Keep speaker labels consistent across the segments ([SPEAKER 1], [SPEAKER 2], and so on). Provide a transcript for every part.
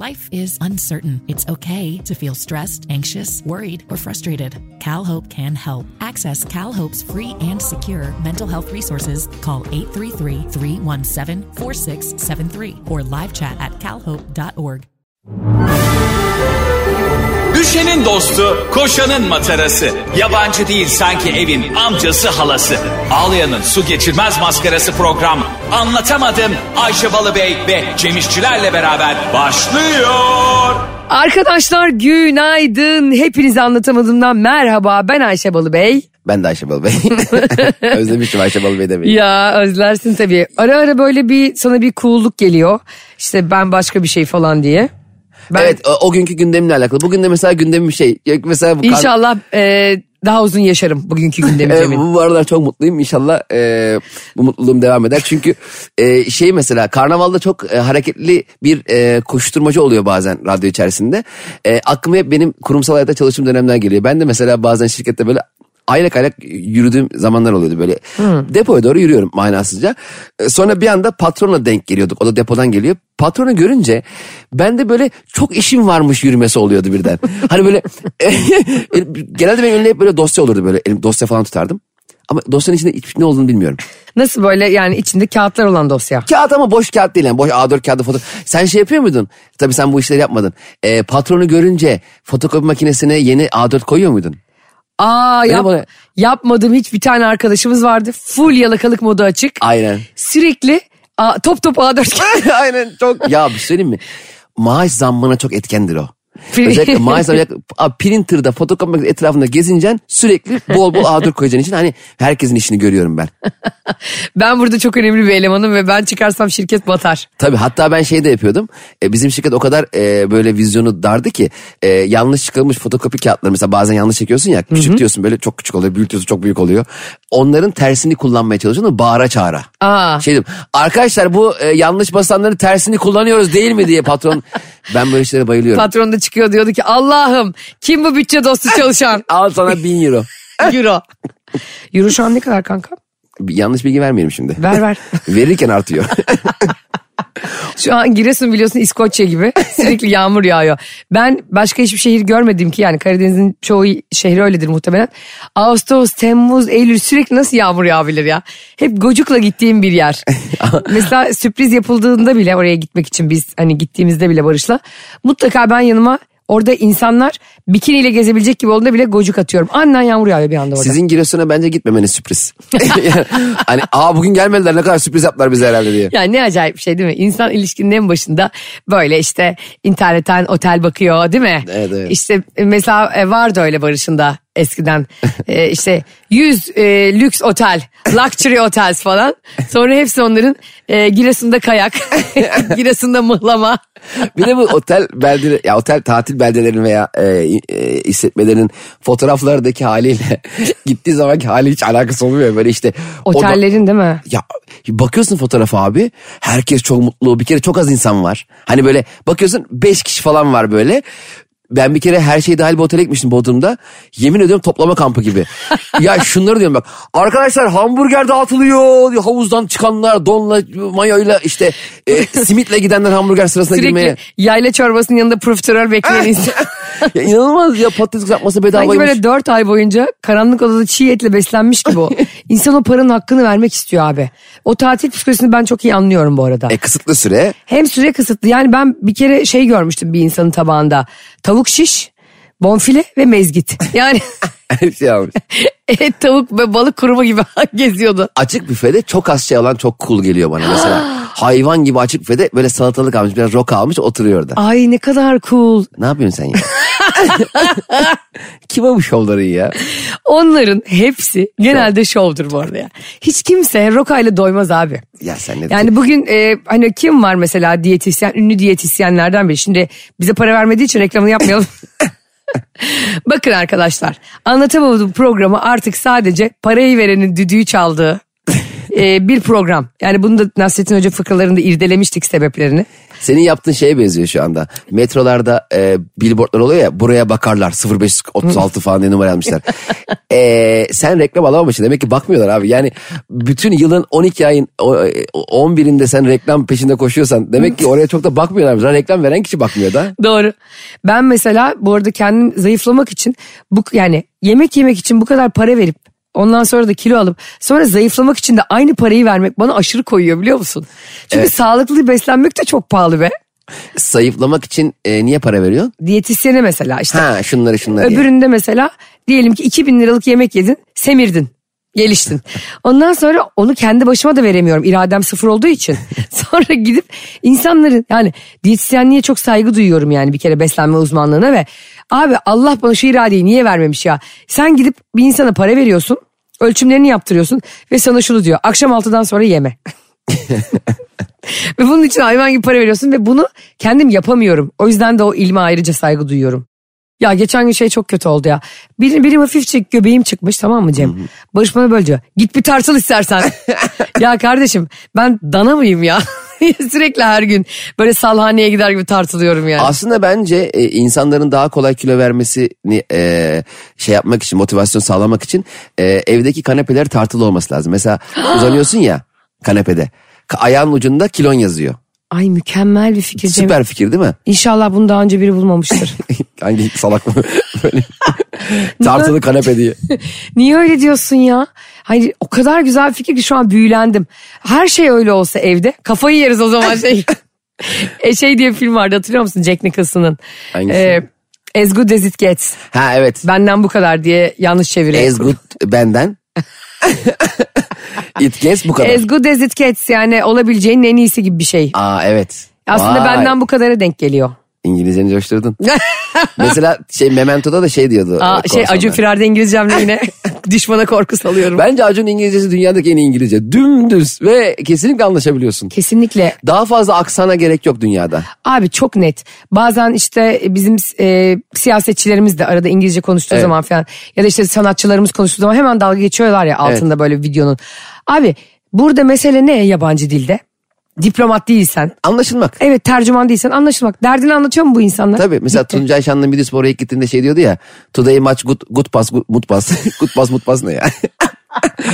[SPEAKER 1] Life is uncertain. It's okay to feel stressed, anxious, worried, or frustrated. CalHope can help. Access CalHope's free and secure mental health resources. Call 833-317-4673 or live chat at calhope.org.
[SPEAKER 2] Düşenin dostu, koşanın matarası. Yabancı değil sanki evin amcası halası. Ağlayanın su geçirmez maskarası program. Anlatamadım Ayşe Balıbey ve Cemişçilerle beraber başlıyor.
[SPEAKER 3] Arkadaşlar günaydın. Hepinizi anlatamadığımdan merhaba. Ben Ayşe Balıbey.
[SPEAKER 4] Ben de Ayşe Balı Bey. Özlemiştim Ayşe Balı Bey demeyi.
[SPEAKER 3] Ya özlersin tabii. Ara ara böyle bir sana bir cool'luk geliyor. İşte ben başka bir şey falan diye. Ben
[SPEAKER 4] Evet o, o günkü gündemle alakalı. Bugün de mesela gündemim şey. ya Mesela bu kan-
[SPEAKER 3] inşallah e, daha uzun yaşarım bugünkü gündemi
[SPEAKER 4] Evet,
[SPEAKER 3] Cemil.
[SPEAKER 4] E, bu aralar çok mutluyum inşallah e, bu mutluluğum devam eder. Çünkü e, şey mesela karnavalda çok e, hareketli bir e, koşturmacı oluyor bazen radyo içerisinde. E, aklıma hep benim kurumsal hayatta çalıştığım dönemden geliyor. Ben de mesela bazen şirkette böyle aylak aylak yürüdüğüm zamanlar oluyordu böyle. Depoya doğru yürüyorum manasızca. E, Sonra bir anda patronla denk geliyorduk. O da depodan geliyor. Patronu görünce ben de böyle çok işim varmış yürümesi oluyordu birden. hani böyle genelde benim önüne hep böyle dosya olurdu böyle. Elim dosya falan tutardım. Ama dosyanın içinde hiçbir ne olduğunu bilmiyorum.
[SPEAKER 3] Nasıl böyle yani içinde kağıtlar olan dosya.
[SPEAKER 4] Kağıt ama boş kağıt değil yani. Boş A4 kağıdı foto. Sen şey yapıyor muydun? Tabii sen bu işleri yapmadın. E, patronu görünce fotokopi makinesine yeni A4 koyuyor muydun?
[SPEAKER 3] Aa yap,
[SPEAKER 4] böyle-
[SPEAKER 3] yapmadığım hiç bir tane arkadaşımız vardı. Full yalakalık modu açık.
[SPEAKER 4] Aynen.
[SPEAKER 3] Sürekli a, top top A4
[SPEAKER 4] Aynen çok. Ya bir şey söyleyeyim mi? Maaş zammına çok etkendir o. Özellikle maaş zammı Abi printer'da fotokopi makinesi etrafında gezincen sürekli bol bol A4 koyacaksın için hani herkesin işini görüyorum ben.
[SPEAKER 3] Ben burada çok önemli bir elemanım ve ben çıkarsam şirket batar.
[SPEAKER 4] Tabii hatta ben şey de yapıyordum. E, bizim şirket o kadar e, böyle vizyonu dardı ki e, yanlış çıkılmış fotokopi kağıtları mesela bazen yanlış çekiyorsun ya küçük diyorsun böyle çok küçük oluyor büyütüyorsun çok büyük oluyor. Onların tersini kullanmaya çalışıyordum bağıra çağıra.
[SPEAKER 3] Aa.
[SPEAKER 4] Şey dedim arkadaşlar bu e, yanlış basanların tersini kullanıyoruz değil mi diye patron. ben böyle işlere bayılıyorum.
[SPEAKER 3] Patron da çıkıyor diyordu ki Allah'ım kim bu bütçe dostu çalışan?
[SPEAKER 4] Al sana bin euro.
[SPEAKER 3] Euro. Euro şu an ne kadar kanka?
[SPEAKER 4] Yanlış bilgi vermeyelim şimdi.
[SPEAKER 3] Ver ver.
[SPEAKER 4] Verirken artıyor.
[SPEAKER 3] Şu an Giresun biliyorsun İskoçya gibi sürekli yağmur yağıyor. Ben başka hiçbir şehir görmedim ki yani Karadeniz'in çoğu şehri öyledir muhtemelen. Ağustos, Temmuz, Eylül sürekli nasıl yağmur yağabilir ya? Hep gocukla gittiğim bir yer. Mesela sürpriz yapıldığında bile oraya gitmek için biz hani gittiğimizde bile Barış'la mutlaka ben yanıma orada insanlar bikiniyle gezebilecek gibi olduğunda bile gocuk atıyorum. Annen yağmur yağıyor bir anda orada.
[SPEAKER 4] Sizin Giresun'a bence gitmemeniz sürpriz. Yani hani aa bugün gelmediler ne kadar sürpriz yaptılar bize herhalde diye.
[SPEAKER 3] Ya ne acayip bir şey değil mi? İnsan ilişkinin en başında böyle işte internetten otel bakıyor değil mi?
[SPEAKER 4] Evet, evet.
[SPEAKER 3] İşte mesela e, vardı öyle barışında eskiden E, işte 100 e, lüks otel, luxury otels falan. Sonra hepsi onların e, Giresun'da kayak, Giresun'da mıhlama.
[SPEAKER 4] Bir de bu otel beldeleri, ya otel tatil beldelerinin veya e, e, işletmelerinin fotoğraflardaki haliyle gittiği zamanki hali hiç alakası olmuyor. Böyle işte oda-
[SPEAKER 3] Otellerin değil mi?
[SPEAKER 4] ya bakıyorsun fotoğrafa abi herkes çok mutlu bir kere çok az insan var. Hani böyle bakıyorsun 5 kişi falan var böyle. Ben bir kere her şey dahil bir otele gitmiştim Bodrum'da. Yemin ediyorum toplama kampı gibi. ya şunları diyorum bak. Arkadaşlar hamburger dağıtılıyor. Havuzdan çıkanlar donla mayoyla işte e, simitle gidenler hamburger sırasına
[SPEAKER 3] Sürekli
[SPEAKER 4] girmeye.
[SPEAKER 3] yayla çorbasının yanında profiterol bekleyen insan.
[SPEAKER 4] Ya inanılmaz ya patates kızartması
[SPEAKER 3] Sanki
[SPEAKER 4] bedavaymış.
[SPEAKER 3] böyle dört ay boyunca karanlık odada çiğ etle beslenmiş gibi o. İnsan o paranın hakkını vermek istiyor abi. O tatil psikolojisini ben çok iyi anlıyorum bu arada.
[SPEAKER 4] E, kısıtlı süre.
[SPEAKER 3] Hem süre kısıtlı yani ben bir kere şey görmüştüm bir insanın tabağında. Tavuk şiş, bonfile ve mezgit. Yani
[SPEAKER 4] Her şey almış.
[SPEAKER 3] et, tavuk ve balık kurumu gibi geziyordu.
[SPEAKER 4] Açık büfede çok az şey alan çok cool geliyor bana mesela. Hayvan gibi açık büfede böyle salatalık almış biraz roka almış oturuyor orada.
[SPEAKER 3] Ay ne kadar cool.
[SPEAKER 4] Ne yapıyorsun sen ya? Kime bu şovları ya?
[SPEAKER 3] Onların hepsi genelde şovdur bu arada ya. Hiç kimse rokayla doymaz abi.
[SPEAKER 4] Ya sen ne
[SPEAKER 3] Yani bugün e, hani kim var mesela diyetisyen, ünlü diyetisyenlerden biri. Şimdi bize para vermediği için reklamını yapmayalım. Bakın arkadaşlar anlatamadığım programı artık sadece parayı verenin düdüğü çaldığı e, bir program. Yani bunu da Nasrettin Hoca fıkralarında irdelemiştik sebeplerini.
[SPEAKER 4] Senin yaptığın şeye benziyor şu anda. Metrolarda e, billboardlar oluyor ya buraya bakarlar 0536 falan diye numara almışlar. E, sen reklam alamamışsın demek ki bakmıyorlar abi. Yani bütün yılın 12 ayın o- o- 11'inde sen reklam peşinde koşuyorsan demek ki oraya çok da bakmıyorlar. Zaten reklam veren kişi bakmıyor da.
[SPEAKER 3] Doğru. Ben mesela bu arada kendim zayıflamak için bu yani yemek yemek için bu kadar para verip ondan sonra da kilo alıp sonra zayıflamak için de aynı parayı vermek bana aşırı koyuyor biliyor musun? Çünkü sağlıklı beslenmek de çok pahalı be.
[SPEAKER 4] Sayıflamak için e, niye para veriyor?
[SPEAKER 3] Diyetisyene mesela işte
[SPEAKER 4] Ha şunları şunları. diye.
[SPEAKER 3] Öbüründe mesela diyelim ki 2000 liralık yemek yedin, semirdin. Geliştin. Ondan sonra onu kendi başıma da veremiyorum. İradem sıfır olduğu için. Sonra gidip insanların yani diyetisyenliğe çok saygı duyuyorum yani bir kere beslenme uzmanlığına ve abi Allah bana şu iradeyi niye vermemiş ya? Sen gidip bir insana para veriyorsun, ölçümlerini yaptırıyorsun ve sana şunu diyor. Akşam 6'dan sonra yeme. ve bunun için hayvan gibi para veriyorsun ve bunu kendim yapamıyorum. O yüzden de o ilme ayrıca saygı duyuyorum. Ya geçen gün şey çok kötü oldu ya. Benim, benim hafifçe göbeğim çıkmış tamam mı Cem? Barış bana böyle diyor. Git bir tartıl istersen. ya kardeşim ben dana mıyım ya? Sürekli her gün böyle salhaneye gider gibi tartılıyorum yani.
[SPEAKER 4] Aslında bence e, insanların daha kolay kilo vermesini e, şey yapmak için, motivasyon sağlamak için e, evdeki kanepeler tartılı olması lazım. Mesela uzanıyorsun ya kanepede. ka- Ayağın ucunda kilon yazıyor.
[SPEAKER 3] Ay mükemmel bir fikir Cem.
[SPEAKER 4] Süper fikir değil mi?
[SPEAKER 3] İnşallah bunu daha önce biri bulmamıştır.
[SPEAKER 4] Hangi salak mı? Böyle tartılı kanepe diye.
[SPEAKER 3] Niye öyle diyorsun ya? Hayır o kadar güzel bir fikir ki şu an büyülendim. Her şey öyle olsa evde kafayı yeriz o zaman şey. e şey diye bir film vardı hatırlıyor musun Jack Nicholson'ın? E,
[SPEAKER 4] Hangisi?
[SPEAKER 3] As Good As It Gets.
[SPEAKER 4] Ha evet.
[SPEAKER 3] Benden bu kadar diye yanlış çeviriyor.
[SPEAKER 4] As good benden. It gets bu kadar.
[SPEAKER 3] As Good As It Gets yani olabileceğin en iyisi gibi bir şey.
[SPEAKER 4] Aa evet.
[SPEAKER 3] Aslında
[SPEAKER 4] Vay.
[SPEAKER 3] benden bu kadara denk geliyor.
[SPEAKER 4] İngilizceni coşturdun. Mesela şey Memento'da da şey diyordu.
[SPEAKER 3] Aa,
[SPEAKER 4] e,
[SPEAKER 3] şey
[SPEAKER 4] korsanlar.
[SPEAKER 3] Acun Firar'da İngilizcemle yine düşmana korku salıyorum.
[SPEAKER 4] Bence Acun İngilizcesi dünyadaki en iyi İngilizce. Dümdüz ve kesinlikle anlaşabiliyorsun.
[SPEAKER 3] Kesinlikle
[SPEAKER 4] Daha fazla aksana gerek yok dünyada.
[SPEAKER 3] Abi çok net. Bazen işte bizim e, siyasetçilerimiz de arada İngilizce konuştuğu
[SPEAKER 4] Evet.
[SPEAKER 3] zaman falan ya da işte sanatçılarımız konuştuğu zaman hemen dalga geçiyorlar ya altında böyle videonun. Abi burada mesele ne yabancı dilde? Diplomat değilsen,
[SPEAKER 4] Anlaşılmak.
[SPEAKER 3] evet tercüman değilsen anlaşılmak. Derdini anlatıyor mu bu insanlar?
[SPEAKER 4] Tabii mesela Tuncay Şan'ın bir spora ilk gittiğinde şey diyordu ya. Today maç good, good pass good, good pass. good pass good pass ne ya?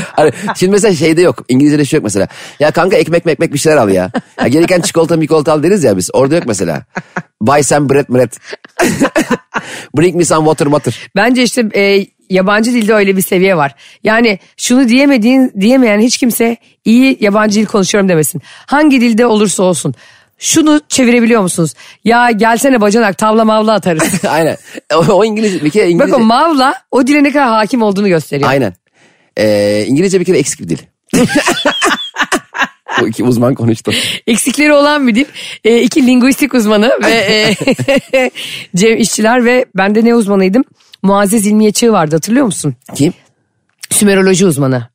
[SPEAKER 4] hani şimdi mesela şeyde yok. İngilizce'de şey yok mesela. Ya kanka ekmek ekmek bir şeyler al ya. ya gereken çikolata mikolata al deriz ya biz. Orada yok mesela. Buy some bread bread. Bring me some water water.
[SPEAKER 3] Bence işte e, yabancı dilde öyle bir seviye var. Yani şunu diyemediğin diyemeyen hiç kimse iyi yabancı dil konuşuyorum demesin. Hangi dilde olursa olsun. Şunu çevirebiliyor musunuz? Ya gelsene bacanak tavla mavla atarız.
[SPEAKER 4] Aynen. O, o İngiliz bir kere İngilizce.
[SPEAKER 3] Bak o mavla o dile ne kadar hakim olduğunu gösteriyor.
[SPEAKER 4] Aynen. Ee, İngilizce bir kere eksik bir dil. Bu iki uzman konuştu.
[SPEAKER 3] Eksikleri olan bir dil. E, iki linguistik uzmanı ve e, Cem İşçiler ve ben de ne uzmanıydım? Muazzez İlmiye Çığ vardı hatırlıyor musun?
[SPEAKER 4] Kim?
[SPEAKER 3] Sümeroloji uzmanı.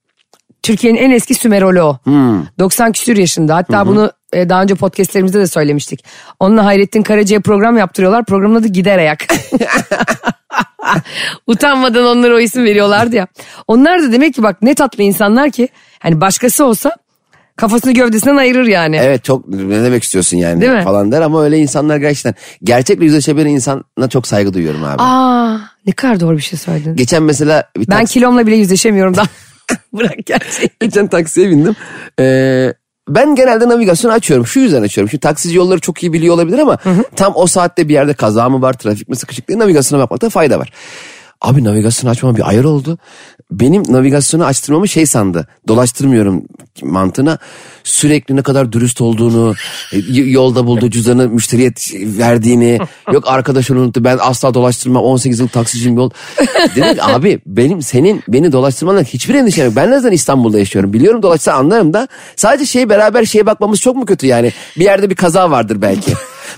[SPEAKER 3] Türkiye'nin en eski Sümeroloğu.
[SPEAKER 4] Hmm.
[SPEAKER 3] 90 küsür yaşında. Hatta bunu e, daha önce podcastlerimizde de söylemiştik. Onunla Hayrettin Karaca'ya program yaptırıyorlar. Programın adı Gider Ayak. Utanmadan onlara o isim veriyorlardı ya. Onlar da demek ki bak ne tatlı insanlar ki. Hani başkası olsa kafasını gövdesinden ayırır yani.
[SPEAKER 4] Evet çok ne demek istiyorsun yani
[SPEAKER 3] Değil mi?
[SPEAKER 4] falan der ama öyle insanlar gerçekten gerçekle yüzleşebilen insana çok saygı duyuyorum abi.
[SPEAKER 3] Aa ne kadar doğru bir şey söyledin.
[SPEAKER 4] Geçen mesela bir
[SPEAKER 3] ben
[SPEAKER 4] taksi-
[SPEAKER 3] kilomla bile yüzleşemiyorum daha. Bırak gerçeği.
[SPEAKER 4] geçen taksiye bindim. Ee, ben genelde navigasyonu açıyorum. Şu yüzden açıyorum. Şimdi taksici yolları çok iyi biliyor olabilir ama tam o saatte bir yerde kaza mı var, trafik mi sıkışık diye navigasyona bakmakta fayda var. Abi navigasyonu açmam bir ayar oldu. Benim navigasyonu açtırmamı şey sandı. Dolaştırmıyorum mantığına. Sürekli ne kadar dürüst olduğunu, e, y- yolda bulduğu cüzdanı müşteriye t- verdiğini. Yok arkadaş onu unuttu ben asla dolaştırmam 18 yıl taksiciyim yol. Dedim ki, abi benim senin beni dolaştırmandan hiçbir endişem yok. Ben ne zaman İstanbul'da yaşıyorum biliyorum dolaşsa anlarım da. Sadece şey beraber şeye bakmamız çok mu kötü yani. Bir yerde bir kaza vardır belki.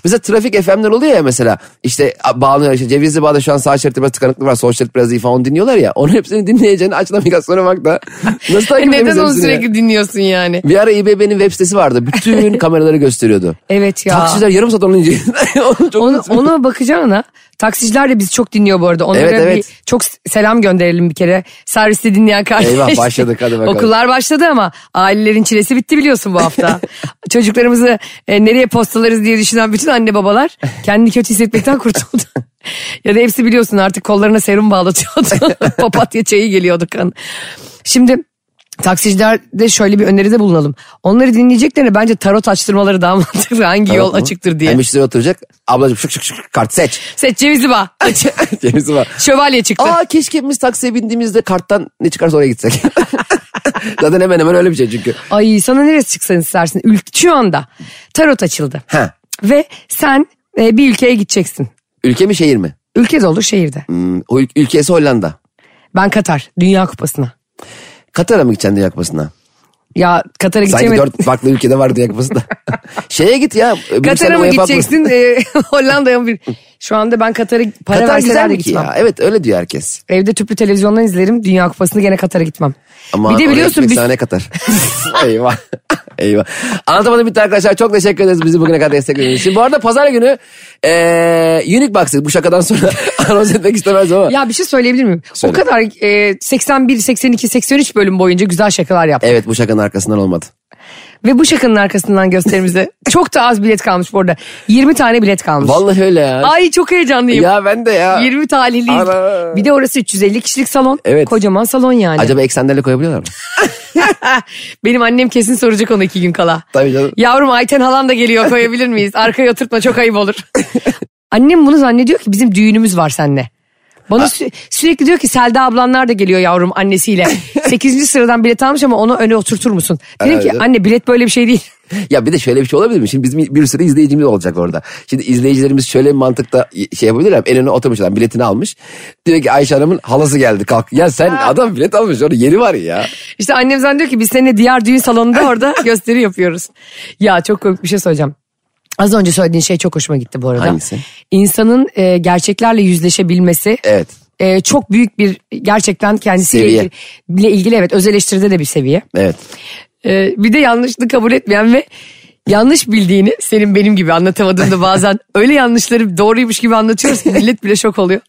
[SPEAKER 4] Mesela trafik FM'ler oluyor ya mesela. İşte bağlanıyor işte Cevizli Bağ'da şu an sağ şeritte biraz tıkanıklık var. Sol şerit biraz iyi falan onu dinliyorlar ya. Onun hepsini dinleyeceğini aç navigasyona bak da. Nasıl takip
[SPEAKER 3] E Neden
[SPEAKER 4] ederiz
[SPEAKER 3] onu
[SPEAKER 4] hepsini ya?
[SPEAKER 3] sürekli dinliyorsun yani?
[SPEAKER 4] Bir ara İBB'nin web sitesi vardı. Bütün kameraları gösteriyordu.
[SPEAKER 3] Evet ya.
[SPEAKER 4] Taksiciler yarım saat onun ince. Onu çok
[SPEAKER 3] Onu, ona bakacağına taksiciler de bizi çok dinliyor bu arada. Onlara
[SPEAKER 4] Evet, evet.
[SPEAKER 3] bir çok selam gönderelim bir kere. Serviste dinleyen kardeş.
[SPEAKER 4] Eyvah, başladık, hadi bakalım.
[SPEAKER 3] Okullar başladı ama ailelerin çilesi bitti biliyorsun bu hafta. Çocuklarımızı e, nereye postalarız diye düşünen bütün anne babalar kendini kötü hissetmekten kurtuldu. ya da hepsi biliyorsun artık kollarına serum bağlatıyordu. Papatya çayı geliyordu kan. Şimdi taksicilerde şöyle bir öneride bulunalım. Onları dinleyeceklerine bence tarot açtırmaları daha mantıklı. Hangi yol
[SPEAKER 4] Tamam.
[SPEAKER 3] açıktır diye.
[SPEAKER 4] Yani müşteri oturacak. Ablacığım şık şık şık kart seç.
[SPEAKER 3] Seç cevizi bağ.
[SPEAKER 4] Cevizli Bağ.
[SPEAKER 3] Şövalye çıktı.
[SPEAKER 4] Aa keşke hepimiz taksiye bindiğimizde karttan ne çıkarsa oraya gitsek. Zaten hemen hemen öyle bir şey çünkü.
[SPEAKER 3] Ay sana neresi çıksın istersin? Ülk, şu anda tarot açıldı.
[SPEAKER 4] Ha.
[SPEAKER 3] Ve sen e, bir ülkeye gideceksin.
[SPEAKER 4] Ülke mi şehir mi?
[SPEAKER 3] Ülke de olur şehirde.
[SPEAKER 4] Hmm, o ül- ülkesi Hollanda.
[SPEAKER 3] Ben Katar. Dünya Kupası'na.
[SPEAKER 4] Katar'a mı gideceksin Dünya Kupası'na?
[SPEAKER 3] Ya Katar'a
[SPEAKER 4] Sanki
[SPEAKER 3] gideceğim.
[SPEAKER 4] dört farklı ülkede var Dünya Kupası'nda. Şeye git ya. e, Brüksel'e
[SPEAKER 3] Katar'a mı
[SPEAKER 4] UEFA Kupası.
[SPEAKER 3] gideceksin? e, Hollanda'ya mı? Şu anda ben Katar'a para
[SPEAKER 4] Katar
[SPEAKER 3] verseler
[SPEAKER 4] güzel
[SPEAKER 3] de
[SPEAKER 4] mi ki
[SPEAKER 3] gitmem.
[SPEAKER 4] ya? Evet öyle diyor herkes.
[SPEAKER 3] Evde tüplü televizyondan izlerim. Dünya Kupası'nı gene Katar'a gitmem.
[SPEAKER 4] Ama
[SPEAKER 3] bir de biliyorsun
[SPEAKER 4] bir
[SPEAKER 3] bir
[SPEAKER 4] sahne katar. Eyvah. Eyvah. Anlatamadım bitti arkadaşlar. Çok teşekkür ederiz bizi bugüne kadar desteklediğiniz için. Bu arada pazar günü eee Unique Box'ı bu şakadan sonra anons etmek istemez ama.
[SPEAKER 3] Ya bir şey söyleyebilir miyim?
[SPEAKER 4] Söyle.
[SPEAKER 3] O kadar e, 81, 82, 83 bölüm boyunca güzel şakalar yaptım.
[SPEAKER 4] Evet bu şakanın arkasından olmadı.
[SPEAKER 3] Ve bu şakanın arkasından gösterimize çok da az bilet kalmış bu arada. 20 tane bilet kalmış.
[SPEAKER 4] Vallahi öyle ya.
[SPEAKER 3] Ay çok heyecanlıyım.
[SPEAKER 4] Ya ben de ya.
[SPEAKER 3] 20 talihliyiz.
[SPEAKER 4] Ana.
[SPEAKER 3] Bir de orası 350 kişilik salon.
[SPEAKER 4] Evet.
[SPEAKER 3] Kocaman salon yani.
[SPEAKER 4] Acaba eksenlerle koyabiliyorlar mı?
[SPEAKER 3] Benim annem kesin soracak onu iki gün kala.
[SPEAKER 4] Tabii canım.
[SPEAKER 3] Yavrum Ayten halan da geliyor koyabilir miyiz? Arkaya oturtma çok ayıp olur. annem bunu zannediyor ki bizim düğünümüz var seninle. Bana sü- sürekli diyor ki Selda ablanlar da geliyor yavrum annesiyle. 8. sıradan bilet almış ama onu öne oturtur musun? Dedim ki
[SPEAKER 4] Herhalde.
[SPEAKER 3] anne bilet böyle bir şey değil.
[SPEAKER 4] Ya bir de şöyle bir şey olabilir mi? Şimdi bizim bir sürü izleyicimiz olacak orada. Şimdi izleyicilerimiz şöyle bir mantıkta şey yapabilirler. En önüne oturmuş adam biletini almış. Diyor ki Ayşe Hanım'ın halası geldi kalk. Ya sen adam bilet almış orada yeri var ya.
[SPEAKER 3] İşte annem zannediyor ki biz seninle diğer düğün salonunda orada gösteri yapıyoruz. Ya çok komik bir şey söyleyeceğim. Az önce söylediğin şey çok hoşuma gitti bu arada.
[SPEAKER 4] Hangisi?
[SPEAKER 3] İnsanın e, gerçeklerle yüzleşebilmesi.
[SPEAKER 4] Evet.
[SPEAKER 3] e, çok büyük bir gerçekten kendisiyle
[SPEAKER 4] Seviye.
[SPEAKER 3] ilgili, bile ilgili evet öz eleştiride de bir seviye.
[SPEAKER 4] Evet.
[SPEAKER 3] E, bir de yanlışlığı kabul etmeyen ve yanlış bildiğini senin benim gibi anlatamadığımda bazen öyle yanlışları doğruymuş gibi anlatıyoruz ki millet bile şok oluyor.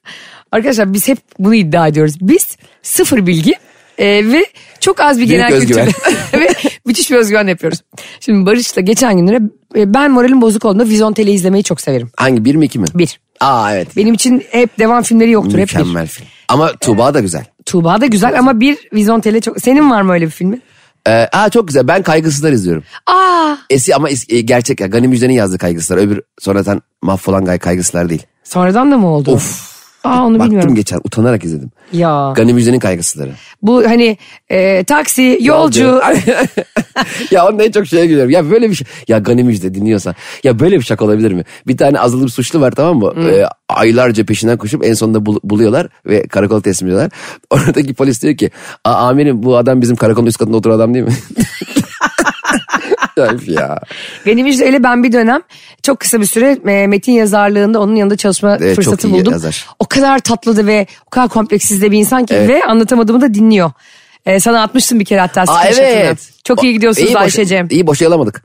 [SPEAKER 3] Arkadaşlar biz hep bunu iddia ediyoruz. Biz sıfır bilgi e, ve çok az bir genel
[SPEAKER 4] özgüven.
[SPEAKER 3] kültür ve müthiş bir özgüven yapıyoruz. Şimdi Barış'la geçen günlere e, ben moralim bozuk olduğunda Vizontele izlemeyi çok severim.
[SPEAKER 4] Hangi bir mi iki mi?
[SPEAKER 3] Bir.
[SPEAKER 4] Aa evet.
[SPEAKER 3] Benim için hep devam filmleri yoktur. hep bir.
[SPEAKER 4] Mükemmel film. Ama Tuğba da güzel.
[SPEAKER 3] Tuğba da güzel ama bir Vizontele çok... Senin var mı öyle bir filmin?
[SPEAKER 4] Ee, aa çok güzel. Ben Kaygısızlar izliyorum.
[SPEAKER 3] Aa
[SPEAKER 4] Eski ama es- e, gerçek ya. Gani Müjde'nin yazdığı Kaygısızlar. Öbür sonradan mahvolan gay Kaygısızlar değil.
[SPEAKER 3] sonradan da mı oldu?
[SPEAKER 4] Of.
[SPEAKER 3] Aa onu
[SPEAKER 4] Baktım
[SPEAKER 3] bilmiyorum.
[SPEAKER 4] geçen utanarak izledim.
[SPEAKER 3] Ya
[SPEAKER 4] Gani Müjde'nin Kaygısızları.
[SPEAKER 3] bu hani e, taksi, yolcu.
[SPEAKER 4] ya onun en çok şeye gülüyorum. Ya böyle bir şey. Ya Gani Müjde dinliyorsa. Ya böyle bir şaka olabilir mi? Bir tane azılı bir suçlu var tamam mı? Ee, aylarca peşinden koşup en sonunda bul- buluyorlar ve karakola teslim ediyorlar. Oradaki polis diyor ki Aa, amirim bu adam bizim karakolun üst katında oturan adam değil mi? ya, ya.
[SPEAKER 3] Benim işte öyle ben bir dönem çok kısa bir süre e, metin yazarlığında onun yanında çalışma
[SPEAKER 4] Evet, E, çok
[SPEAKER 3] fırsatı
[SPEAKER 4] iyi
[SPEAKER 3] buldum.
[SPEAKER 4] yazar.
[SPEAKER 3] O kadar tatlıdı ve o kadar kompleksiz de bir insan ki ve anlatamadığımı da dinliyor. E, sana atmıştım bir kere hatta.
[SPEAKER 4] Aa,
[SPEAKER 3] screenshot'ını.
[SPEAKER 4] evet.
[SPEAKER 3] Çok iyi gidiyorsunuz
[SPEAKER 4] boşa-
[SPEAKER 3] Ayşe'cim.
[SPEAKER 4] İyi boşa yalamadık.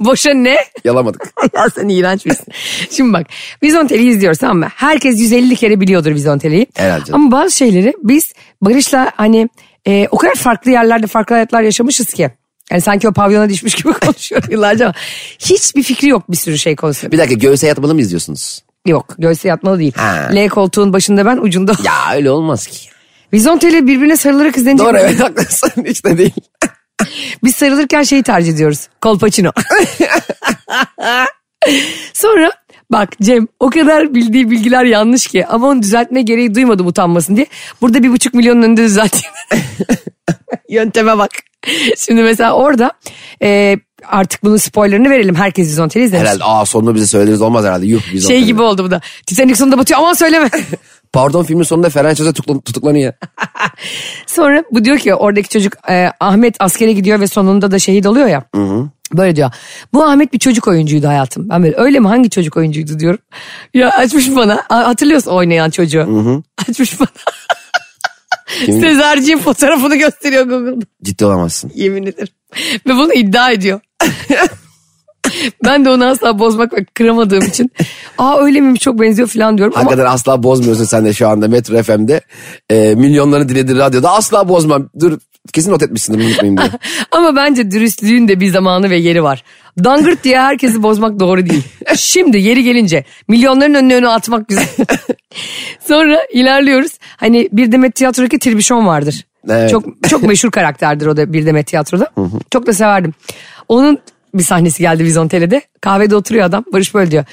[SPEAKER 3] Boşa ne?
[SPEAKER 4] yalamadık.
[SPEAKER 3] ya sen iğrenç birisin. Şimdi bak Vizonteli'yi izliyoruz tamam mı? Herkes 150 kere biliyordur Vizonteli'yi.
[SPEAKER 4] Herhalde canım.
[SPEAKER 3] Ama bazı şeyleri biz Barış'la hani e, o kadar farklı yerlerde farklı hayatlar yaşamışız ki. Yani sanki o pavyona düşmüş gibi konuşuyor yıllarca ama hiçbir fikri yok bir sürü şey konusunda.
[SPEAKER 4] Bir dakika göğse yatmalı mı izliyorsunuz?
[SPEAKER 3] Yok göğsü yatmalı değil.
[SPEAKER 4] Ha.
[SPEAKER 3] L koltuğun başında ben ucunda.
[SPEAKER 4] Ya öyle olmaz ki.
[SPEAKER 3] Vizonteli birbirine sarılarak izlenecek.
[SPEAKER 4] Doğru
[SPEAKER 3] mi?
[SPEAKER 4] evet haklısın hiç de değil.
[SPEAKER 3] Biz sarılırken şeyi tercih ediyoruz. Kolpaçino. Sonra bak Cem o kadar bildiği bilgiler yanlış ki ama onu düzeltme gereği duymadım utanmasın diye. Burada bir buçuk milyonun önünde düzelteyim. Yönteme bak. Şimdi mesela orada e, artık bunun spoilerını verelim. Herkes Vizonteli izlemiş.
[SPEAKER 4] Herhalde aa sonunu bize söylediniz olmaz herhalde. Yuh biz
[SPEAKER 3] Şey
[SPEAKER 4] onu-
[SPEAKER 3] gibi oldu bu da. Titanic sonunda batıyor aman söyleme.
[SPEAKER 4] Pardon filmin sonunda Ferhan Çöze tutuklan- tutuklanıyor.
[SPEAKER 3] Sonra bu diyor ki oradaki çocuk e, Ahmet askere gidiyor ve sonunda da şehit oluyor ya. Böyle diyor. Bu Ahmet bir çocuk oyuncuydu hayatım. Ben böyle öyle mi hangi çocuk oyuncuydu diyorum. Ya açmış bana. A- Hatırlıyorsun oynayan çocuğu. Açmış bana. Sezerciğin fotoğrafını gösteriyor Google'da.
[SPEAKER 4] Ciddi olamazsın.
[SPEAKER 3] Yemin ederim. Ve bunu iddia ediyor. ben de onu asla bozmak ve kıramadığım için. Aa öyle miymiş çok benziyor falan diyorum. Ama
[SPEAKER 4] Hakikaten asla bozmuyorsun sen de şu anda Metro FM'de. E, milyonların dinlediği radyoda asla bozmam. Dur kesin not etmişsindir unutmayayım diye.
[SPEAKER 3] Ama bence dürüstlüğün de bir zamanı ve yeri var. Dangırt diye herkesi bozmak doğru değil. Şimdi yeri gelince milyonların önüne önü atmak güzel. Sonra ilerliyoruz. Hani Bir Demet Tiyatro'daki Tribüşon vardır.
[SPEAKER 4] Evet.
[SPEAKER 3] Çok çok meşhur karakterdir o da Bir Demet Tiyatro'da. çok da severdim. Onun bir sahnesi geldi Vizon Tele'de. Kahvede oturuyor adam. Barış böyle diyor.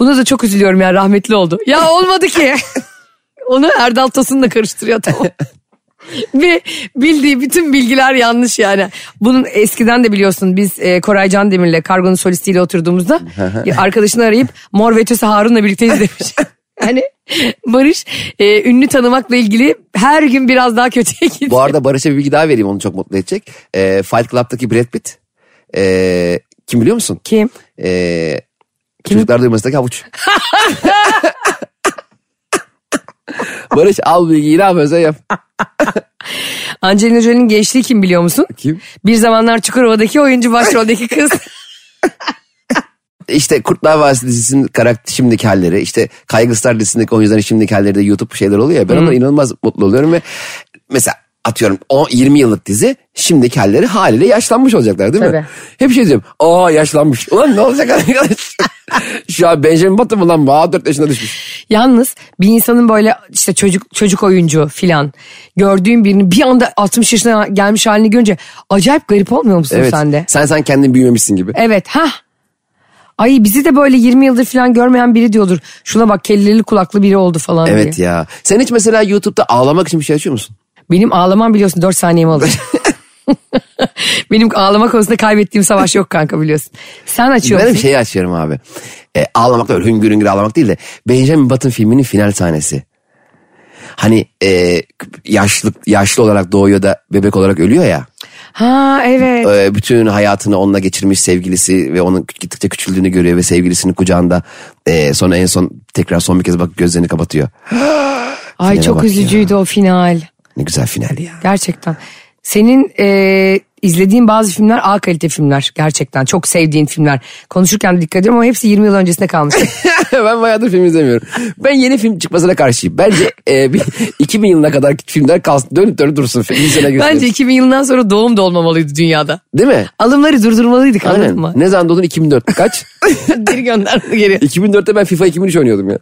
[SPEAKER 3] Buna da çok üzülüyorum ya rahmetli oldu. Ya olmadı ki. Onu Erdal Tosun'la karıştırıyor tamam. Ve bildiği bütün bilgiler yanlış yani. Bunun eskiden de biliyorsun biz e, Koray Can Demir'le Kargo'nun solistiyle oturduğumuzda ya arkadaşını arayıp Mor ve Ötesi Harun'la birlikteyiz demiş. Hani Barış e, ünlü tanımakla ilgili her gün biraz daha kötüye gidiyor.
[SPEAKER 4] Bu arada Barış'a bir bilgi daha vereyim onu çok mutlu edecek. E, Fight Club'daki Brad Pitt. e, kim biliyor musun?
[SPEAKER 3] Kim?
[SPEAKER 4] E, çocuklar duymasındaki havuç. Barış al bilgiyi ne yapıyorsan yap.
[SPEAKER 3] Angelina Jolie'nin gençliği kim biliyor musun?
[SPEAKER 4] Kim?
[SPEAKER 3] Bir zamanlar Çukurova'daki oyuncu başroldeki kız.
[SPEAKER 4] İşte Kurtlar Vadisi dizisinin karakter şimdiki halleri işte Kaygıslar dizisindeki oyuncuların şimdiki halleri de YouTube şeyler oluyor ya ben ondan inanılmaz mutlu oluyorum ve mesela atıyorum o 20 yıllık dizi şimdiki halleri haliyle yaşlanmış olacaklar değil mi? Hep şey diyorum aa yaşlanmış ulan ne olacak arkadaş şu an Benjamin Button mı lan Aa, 4 yaşına düşmüş
[SPEAKER 3] Yalnız bir insanın böyle işte çocuk çocuk oyuncu filan gördüğün birini bir anda 60 yaşına gelmiş halini görünce acayip garip olmuyor musun
[SPEAKER 4] evet
[SPEAKER 3] sen de?
[SPEAKER 4] sen sen kendin büyümemişsin gibi
[SPEAKER 3] Evet ha. Ay bizi de böyle 20 yıldır filan görmeyen biri diyordur. Şuna bak kelleli kulaklı biri oldu falan diye.
[SPEAKER 4] evet ya sen hiç mesela YouTube'da ağlamak için bir şey açıyor musun?
[SPEAKER 3] Benim ağlamam biliyorsun 4 saniyemi alır. Benim ağlama konusunda kaybettiğim savaş yok kanka biliyorsun. Sen açıyor
[SPEAKER 4] Ben şey-
[SPEAKER 3] musun?
[SPEAKER 4] bir şeyi açıyorum abi. E, ağlamak da öyle hüngür hüngür ağlamak değil de Benjamin Button filminin final sahnesi. Hani e, yaşlı yaşlı olarak doğuyor da bebek olarak ölüyor ya.
[SPEAKER 3] Ha evet.
[SPEAKER 4] E, bütün hayatını onunla geçirmiş sevgilisi ve onun kü- gittikçe küçüldüğünü görüyor ve sevgilisini kucağında e, sonra en son tekrar son bir kez bak gözlerini kapatıyor.
[SPEAKER 3] Ay
[SPEAKER 4] finale
[SPEAKER 3] çok
[SPEAKER 4] bak ya.
[SPEAKER 3] üzücüydü o final.
[SPEAKER 4] Ne güzel final ya.
[SPEAKER 3] Gerçekten. Senin e, izlediğin bazı filmler A kalite filmler gerçekten. Çok sevdiğin filmler. Konuşurken de dikkat ediyorum ama hepsi 20 yıl öncesine kalmış.
[SPEAKER 4] ben bayağıdır film izlemiyorum. Ben yeni film çıkmasına karşıyım. Bence e, bir, 2000 yılına kadar filmler kalsın. Dönüp dönüp dursun. Film, izlene götürsün.
[SPEAKER 3] Bence 2000 yılından sonra doğum da olmamalıydı dünyada.
[SPEAKER 4] Değil mi?
[SPEAKER 3] Alımları durdurmalıydık anladın
[SPEAKER 4] Aynen.
[SPEAKER 3] mı?
[SPEAKER 4] Ne zaman doğdun 2004 kaç?
[SPEAKER 3] Geri gönderdi geri.
[SPEAKER 4] 2004'te ben FIFA 2003 oynuyordum ya.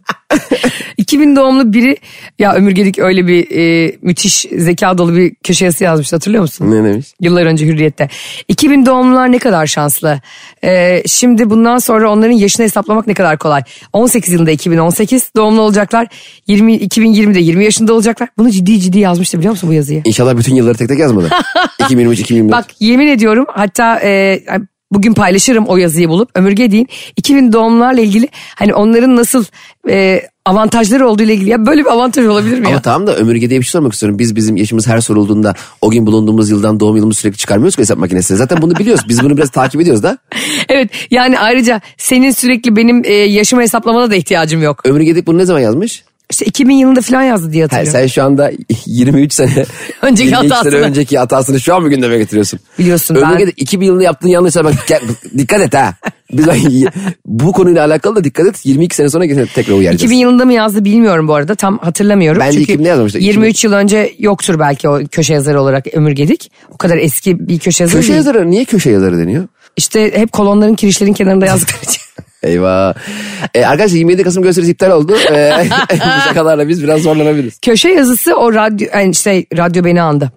[SPEAKER 3] 2000 doğumlu biri ya Ömürgelik öyle bir e, müthiş zeka dolu bir köşe yazısı yazmış hatırlıyor musun?
[SPEAKER 4] Ne demiş?
[SPEAKER 3] Yıllar önce Hürriyet'te. 2000 doğumlular ne kadar şanslı. Ee, şimdi bundan sonra onların yaşını hesaplamak ne kadar kolay. 18 yılında 2018 doğumlu olacaklar. 20, 2020'de 20 yaşında olacaklar. Bunu ciddi ciddi yazmıştı biliyor musun bu yazıyı?
[SPEAKER 4] İnşallah bütün yılları tek tek yazmadı. 2023, 2024.
[SPEAKER 3] Bak yemin ediyorum hatta e, bugün paylaşırım o yazıyı bulup Ömürge deyin 2000 doğumlarla ilgili hani onların nasıl e, avantajları olduğu ile ilgili ya böyle bir avantaj olabilir mi
[SPEAKER 4] Ama
[SPEAKER 3] ya?
[SPEAKER 4] tamam da ömürge diye bir şey sormak istiyorum. Biz bizim yaşımız her sorulduğunda o gün bulunduğumuz yıldan doğum yılımızı sürekli çıkarmıyoruz ki hesap makinesine. Zaten bunu biliyoruz. Biz bunu biraz takip ediyoruz da.
[SPEAKER 3] Evet yani ayrıca senin sürekli benim e, yaşımı hesaplamana da ihtiyacım yok.
[SPEAKER 4] Ömürge dik bunu ne zaman yazmış?
[SPEAKER 3] İşte 2000 yılında falan yazdı diye
[SPEAKER 4] Ha,
[SPEAKER 3] hatırlıyorum.
[SPEAKER 4] sen şu anda 23 sene
[SPEAKER 3] Önceki
[SPEAKER 4] 23 sene
[SPEAKER 3] hatasını.
[SPEAKER 4] önceki hatasını şu an mı gündeme getiriyorsun?
[SPEAKER 3] Biliyorsun ben-
[SPEAKER 4] Ömürge de 2000 yılında yaptığın yanlışlara bak dikkat, dikkat et ha. Biz bu konuyla alakalı da dikkat et 22 sene sonra tekrar uyaracağız.
[SPEAKER 3] 2000 yılında mı yazdı bilmiyorum bu arada tam hatırlamıyorum.
[SPEAKER 4] Bence
[SPEAKER 3] Çünkü
[SPEAKER 4] 2000'de yazmamıştı.
[SPEAKER 3] 23 yıl önce yoktur belki o köşe yazarı olarak ömürgedik. O kadar eski bir köşe yazarı
[SPEAKER 4] Köşe
[SPEAKER 3] değil.
[SPEAKER 4] yazarı niye köşe yazarı deniyor?
[SPEAKER 3] İşte hep kolonların kirişlerin kenarında yazdıkları için.
[SPEAKER 4] Eyvah. E, arkadaşlar 27 Kasım gösterisi iptal oldu. E, bu şakalarla biz biraz zorlanabiliriz.
[SPEAKER 3] köşe yazısı o radyo yani işte radyo beni andı.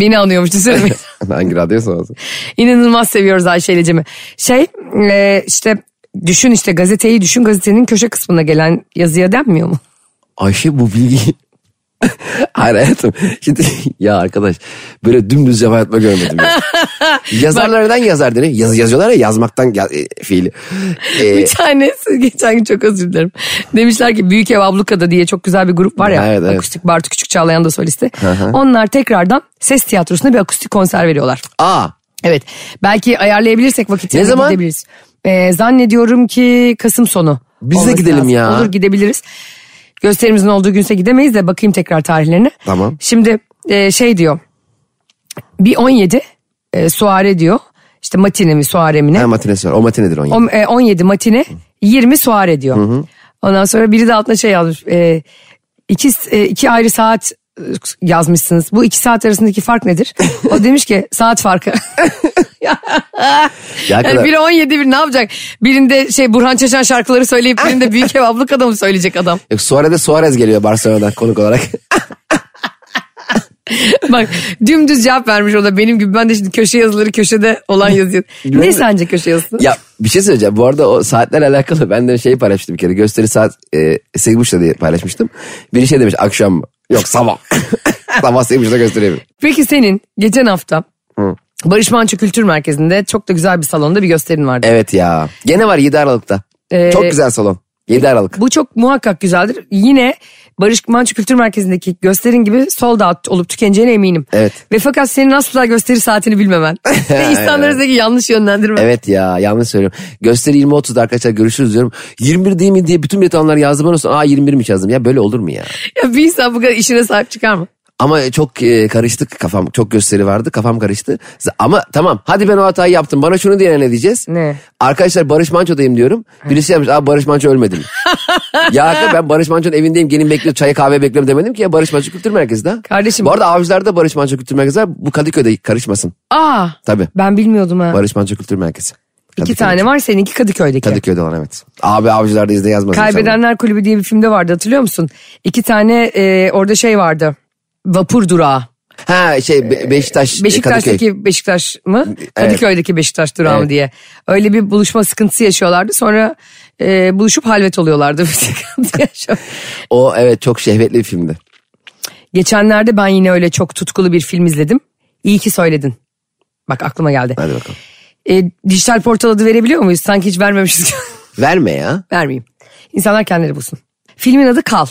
[SPEAKER 3] Beni anıyormuştu söylemeyi.
[SPEAKER 4] Hangi radyoysa olsun.
[SPEAKER 3] İnanılmaz seviyoruz Ayşe ile Cem'i. Şey e, işte düşün işte gazeteyi düşün gazetenin köşe kısmına gelen yazıya denmiyor mu?
[SPEAKER 4] Ayşe bu bilgi... Hayır hayatım. Şimdi ya arkadaş böyle dümdüz yapayatma görmedim ya. Yazarlardan yazar deniyor. Yaz, yazıyorlar ya yazmaktan ya- e, fiili. E,
[SPEAKER 3] Bir tanesi geçen gün çok özür dilerim. Demişler ki Büyük Ev Abluka'da diye çok güzel bir grup var ya.
[SPEAKER 4] Evet, evet.
[SPEAKER 3] Akustik Bartu Küçük Çağlayan da solisti. Onlar tekrardan ses tiyatrosuna bir akustik konser veriyorlar.
[SPEAKER 4] aa
[SPEAKER 3] Evet. Belki ayarlayabilirsek vakitini
[SPEAKER 4] Ne zaman?
[SPEAKER 3] gidebiliriz. Ee, zannediyorum ki Kasım sonu.
[SPEAKER 4] Biz de
[SPEAKER 3] olması
[SPEAKER 4] gidelim ya.
[SPEAKER 3] Olur gidebiliriz. Gösterimizin olduğu günse gidemeyiz de bakayım tekrar tarihlerine.
[SPEAKER 4] Tamam.
[SPEAKER 3] Şimdi e, şey diyor. Bir 17 e, suare diyor. İşte matine mi suare mi ne?
[SPEAKER 4] Ha, matinesi var. O matinedir 17.
[SPEAKER 3] On- e, 17 matine 20 suare diyor. Ondan sonra biri de altına şey yazmış. e, iki, e, iki ayrı saat e, yazmışsınız. Bu iki saat arasındaki fark nedir? O demiş ki saat farkı.
[SPEAKER 4] Ya
[SPEAKER 3] Yani
[SPEAKER 4] kadar-
[SPEAKER 3] biri 17 bir ne yapacak? Birinde şey Burhan Çeşen şarkıları söyleyip birinde büyük ev abluk adamı söyleyecek adam.
[SPEAKER 4] Yok, Suarez'de e, Suarez geliyor Barcelona'dan konuk olarak.
[SPEAKER 3] Bak dümdüz cevap vermiş o da benim gibi. Ben de şimdi köşe yazıları köşede olan yazıyor. ne sence köşe yazısı?
[SPEAKER 4] ya bir şey söyleyeceğim. Bu arada o saatlerle alakalı ben de şey paylaşmıştım bir kere. Gösteri saat e, Segbuş'ta diye paylaşmıştım. Biri şey demiş akşam mı? Yok sabah. sabah Segbuş'ta gösteriyor.
[SPEAKER 3] Peki senin geçen hafta Barış Manço Kültür Merkezi'nde çok da güzel bir salonda bir gösterin vardı.
[SPEAKER 4] Evet ya. Gene var 7 Aralık'ta.
[SPEAKER 3] Ee,
[SPEAKER 4] Çok güzel salon. 7 Aralık.
[SPEAKER 3] Bu çok muhakkak güzeldir. Yine Barış Manço Kültür Merkezi'ndeki gösterin gibi sold out olup tükeneceğine eminim.
[SPEAKER 4] Evet.
[SPEAKER 3] Ve fakat senin asla gösteri saatini bilmemen. Ve İnsanlara sürekli yanlış yönlendirme.
[SPEAKER 4] Evet ya yanlış söylüyorum. Gösteri 20.30'da arkadaşlar görüşürüz diyorum. 21 değil mi diye bütün bilet alanlar yazdı bana sonra aa 21 mi yazdım ya böyle olur mu ya?
[SPEAKER 3] Ya bir insan bu kadar işine sahip çıkar mı?
[SPEAKER 4] Ama çok e, karıştık kafam çok gösteri vardı kafam karıştı. Z- Ama tamam hadi ben o hatayı yaptım bana şunu diyene ne diyeceğiz?
[SPEAKER 3] Ne?
[SPEAKER 4] Arkadaşlar Barış Manço'dayım diyorum. Birisi yapmış aa Barış Manço ölmedi mi? ya arkadaş, ben Barış Manço'nun evindeyim gelin bekliyor çaya kahve bekliyorum demedim ki ya Barış Manço Kültür Merkezi'de.
[SPEAKER 3] Kardeşim-
[SPEAKER 4] Bu arada Avcılar'da Barış Manço Kültür Merkezi var bu Kadıköy'de karışmasın
[SPEAKER 3] Aa.
[SPEAKER 4] tabii.
[SPEAKER 3] Ben bilmiyordum ha.
[SPEAKER 4] Barış Manço Kültür Merkezi.
[SPEAKER 3] İki
[SPEAKER 4] Kadıköy'de.
[SPEAKER 3] tane var seninki Kadıköy'deki.
[SPEAKER 4] Kadıköy'de olan evet. Abi avcılarda izle yazmadım.
[SPEAKER 3] Kaybedenler Kulübü diye bir filmde vardı hatırlıyor musun? İki tane e, orada şey vardı. Vapur durağı.
[SPEAKER 4] sanırım. Ha şey Be- Beşiktaş,
[SPEAKER 3] Beşiktaş'taki
[SPEAKER 4] Kadıköy.
[SPEAKER 3] Beşiktaş mı? Kadıköy'deki Beşiktaş durağı mı
[SPEAKER 4] Evet.
[SPEAKER 3] diye. Öyle bir buluşma sıkıntısı yaşıyorlardı. Sonra e, buluşup halvet oluyorlardı. Bir sıkıntı yaşıyor.
[SPEAKER 4] O evet çok şehvetli bir filmdi.
[SPEAKER 3] Geçenlerde ben yine öyle çok tutkulu bir film izledim. İyi ki söyledin. Bak aklıma geldi.
[SPEAKER 4] Hadi bakalım.
[SPEAKER 3] E, dijital portal adı verebiliyor muyuz? Sanki hiç vermemişiz gibi.
[SPEAKER 4] Verme ya.
[SPEAKER 3] Vermeyeyim. İnsanlar kendileri bulsun. Filmin adı Kal.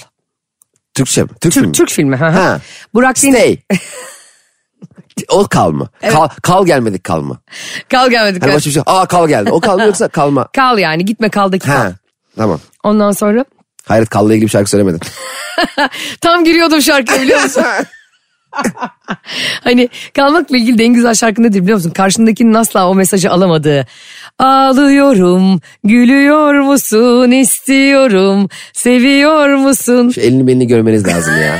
[SPEAKER 4] Türkçe mi? Türk, filmi.
[SPEAKER 3] Türk, Türk filmi. Ha.
[SPEAKER 4] Ha.
[SPEAKER 3] ha. Burak Deniz.
[SPEAKER 4] Stay. o kal mı? Kal, kal gelmedik kal mı?
[SPEAKER 3] Kal gelmedik.
[SPEAKER 4] Hani
[SPEAKER 3] kal.
[SPEAKER 4] başka bir şey. Aa kal geldi. O kal mı yoksa kalma.
[SPEAKER 3] Kal yani gitme kaldaki kal.
[SPEAKER 4] Ha. Tamam.
[SPEAKER 3] Ondan sonra
[SPEAKER 4] Hayret kalla ilgili bir şarkı söylemedim.
[SPEAKER 3] tam giriyordum şarkıya biliyor musun? hani kalmakla ilgili de en güzel şarkı nedir biliyor musun? Karşındakinin asla o mesajı alamadığı. Ağlıyorum, gülüyor musun, istiyorum, seviyor musun?
[SPEAKER 4] Şu elini belini görmeniz lazım ya.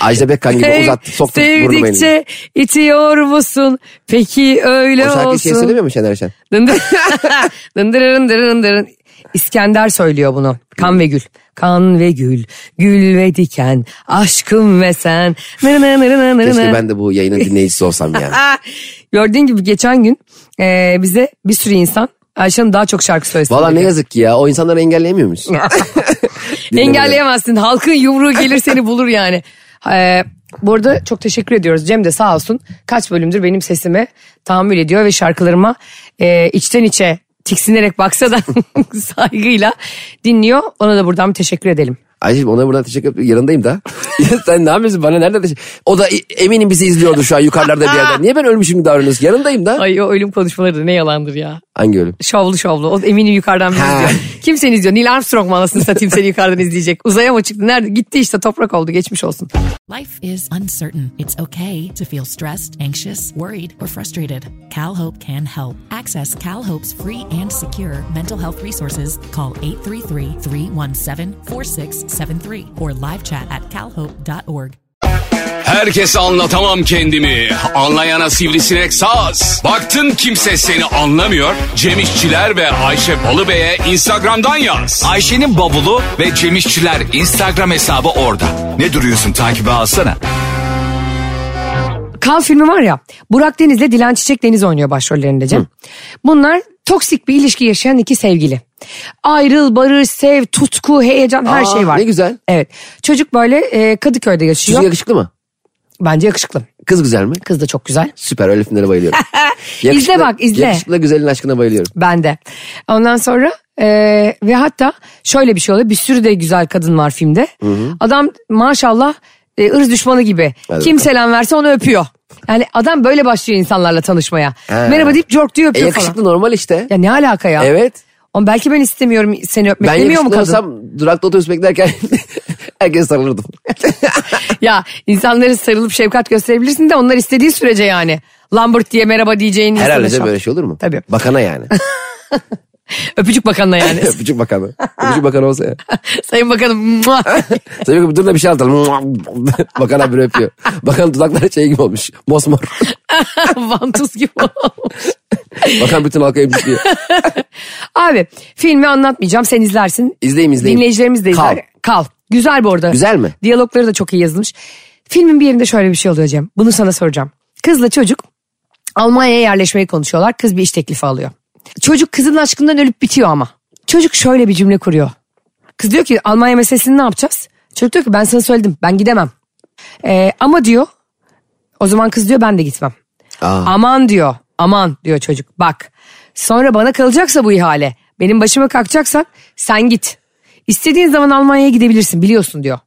[SPEAKER 4] Ajda Pekkan gibi
[SPEAKER 3] Sev-
[SPEAKER 4] uzattı. Soktu burnuma elini.
[SPEAKER 3] sevdikçe itiyor musun? Peki
[SPEAKER 4] O
[SPEAKER 3] öyle
[SPEAKER 4] şarkıyı şey
[SPEAKER 3] olsun.
[SPEAKER 4] söylemiyor mu Şener Şen?
[SPEAKER 3] Dındır- Dındırırın dırırın dırın. İskender söylüyor bunu. Kan ve gül. Kan ve gül, gül ve diken, aşkım ve sen. Nırı nırı nırı nırı nırı.
[SPEAKER 4] Keşke ben de bu yayının dinleyicisi olsam ya.
[SPEAKER 3] Ah! Gördüğün gibi geçen gün eee, bize bir sürü insan Ayşe Hanım daha çok şarkı söylesin.
[SPEAKER 4] Valla ne
[SPEAKER 3] dedi.
[SPEAKER 4] yazık ki ya. O insanları engelleyemiyor muyuz?
[SPEAKER 3] Engelleyemezsin. Halkın yumruğu gelir seni bulur yani. Eee bu arada çok teşekkür ediyoruz. Cem de sağ olsun kaç bölümdür benim sesime tahammül ediyor ve şarkılarıma eee, içten içe tiksinerek baksa da saygıyla dinliyor. Ona da buradan bir teşekkür edelim.
[SPEAKER 4] Ayşe ona buradan teşekkür ederim. Yanındayım da. Ya Sen ne yapıyorsun bana nereden teşekkür O da e- eminim bizi izliyordu şu an yukarılarda bir yerden. Niye ben ölmüşüm gibi davranıyorsun? Yanındayım da.
[SPEAKER 3] Ay o ölüm konuşmaları da ne yalandır ya.
[SPEAKER 4] Hangi ölüm?
[SPEAKER 3] Şovlu şovlu. O eminim yukarıdan bizi
[SPEAKER 4] Ha.
[SPEAKER 3] izliyor. Kim seni izliyor? Neil Armstrong mu anasını satayım seni yukarıdan izleyecek. Uzaya mı çıktı? Nerede? Gitti işte toprak oldu. Geçmiş olsun.
[SPEAKER 1] Life is uncertain. It's okay to feel stressed, anxious, worried, or frustrated. CalHope can help. Access CalHope's free and secure mental health resources. Call 833-317-4673 or live chat at calhope.org.
[SPEAKER 5] Herkese anlatamam kendimi. Anlayana sivrisinek saz. Baktın kimse seni anlamıyor. Cem İşçiler ve Ayşe Balıbey'e Instagram'dan yaz.
[SPEAKER 2] Ayşe'nin bavulu ve Cemişçiler Instagram hesabı orada. Ne duruyorsun takibe alsana.
[SPEAKER 3] Kan filmi var ya. Burak Deniz'le Dilan Çiçek Deniz oynuyor başrollerinde Cem. Bunlar toksik bir ilişki yaşayan iki sevgili. Ayrıl, barış, sev, tutku, heyecan her
[SPEAKER 4] Aa,
[SPEAKER 3] şey var.
[SPEAKER 4] ne güzel.
[SPEAKER 3] Evet. Çocuk böyle e, Kadıköy'de yaşıyor.
[SPEAKER 4] Çocuk yakışıklı mı?
[SPEAKER 3] Bence yakışıklı.
[SPEAKER 4] Kız güzel mi?
[SPEAKER 3] Kız da çok güzel.
[SPEAKER 4] Süper öyle filmlere bayılıyorum.
[SPEAKER 3] İzle bak, izle.
[SPEAKER 4] Yakışıklı güzelin aşkına bayılıyorum. E,
[SPEAKER 3] Ben de. Ondan sonra e, ve hatta şöyle bir şey oluyor. Bir sürü de güzel kadın var filmde. Adam maşallah e, ırz düşmanı gibi.
[SPEAKER 4] Hadi
[SPEAKER 3] Kim selam verse onu öpüyor. Yani adam böyle başlıyor insanlarla tanışmaya.
[SPEAKER 4] He.
[SPEAKER 3] Merhaba deyip cork diyor
[SPEAKER 4] E,
[SPEAKER 3] öpüyor
[SPEAKER 4] yakışıklı
[SPEAKER 3] falan.
[SPEAKER 4] normal işte.
[SPEAKER 3] Ya ne alaka ya?
[SPEAKER 4] Evet.
[SPEAKER 3] Ama belki ben istemiyorum seni öpmek
[SPEAKER 4] Ben
[SPEAKER 3] demiyor mu
[SPEAKER 4] yakışıklı
[SPEAKER 3] kadın?
[SPEAKER 4] olsam durakta otobüs beklerken herkes sarılırdım.
[SPEAKER 3] Ya insanlara sarılıp şefkat gösterebilirsin de onlar istediği sürece yani. Lambert diye merhaba diyeceğin insana
[SPEAKER 4] Herhalde de
[SPEAKER 3] şap-
[SPEAKER 4] böyle şey olur mu?
[SPEAKER 3] Tabii.
[SPEAKER 4] Bakana yani.
[SPEAKER 3] Öpücük bakanına yani.
[SPEAKER 4] Öpücük bakanı. Öpücük bakanı olsa ya.
[SPEAKER 3] Sayın bakanım. muah.
[SPEAKER 4] Sayın Bakanım, dur da bir şey atalım. Bakan abi öpüyor. Bakan dudakları şey gibi olmuş. Mosmor.
[SPEAKER 3] Vantuz gibi olmuş.
[SPEAKER 4] Bakan bütün halka emzikliyor.
[SPEAKER 3] Abi filmi anlatmayacağım sen izlersin.
[SPEAKER 4] İzleyeyim izleyeyim.
[SPEAKER 3] Dinleyicilerimiz de izler.
[SPEAKER 4] Kal.
[SPEAKER 3] Kal. Güzel bu arada.
[SPEAKER 4] Güzel mi?
[SPEAKER 3] Diyalogları da çok iyi yazılmış. Filmin bir yerinde şöyle bir şey oluyor Cem. Bunu sana soracağım. Kızla çocuk Almanya'ya yerleşmeyi konuşuyorlar. Kız bir iş teklifi alıyor. Çocuk kızın aşkından ölüp bitiyor ama. Çocuk şöyle bir cümle kuruyor. Kız diyor ki Almanya meselesini ne yapacağız? Çocuk diyor ki ben sana söyledim ben gidemem. Ee, ama diyor o zaman kız diyor ben de gitmem. Aman diyor aman diyor çocuk bak. Sonra bana kalacaksa bu ihale benim başıma kalkacaksan sen git. İstediğin zaman Almanya'ya gidebilirsin biliyorsun diyor.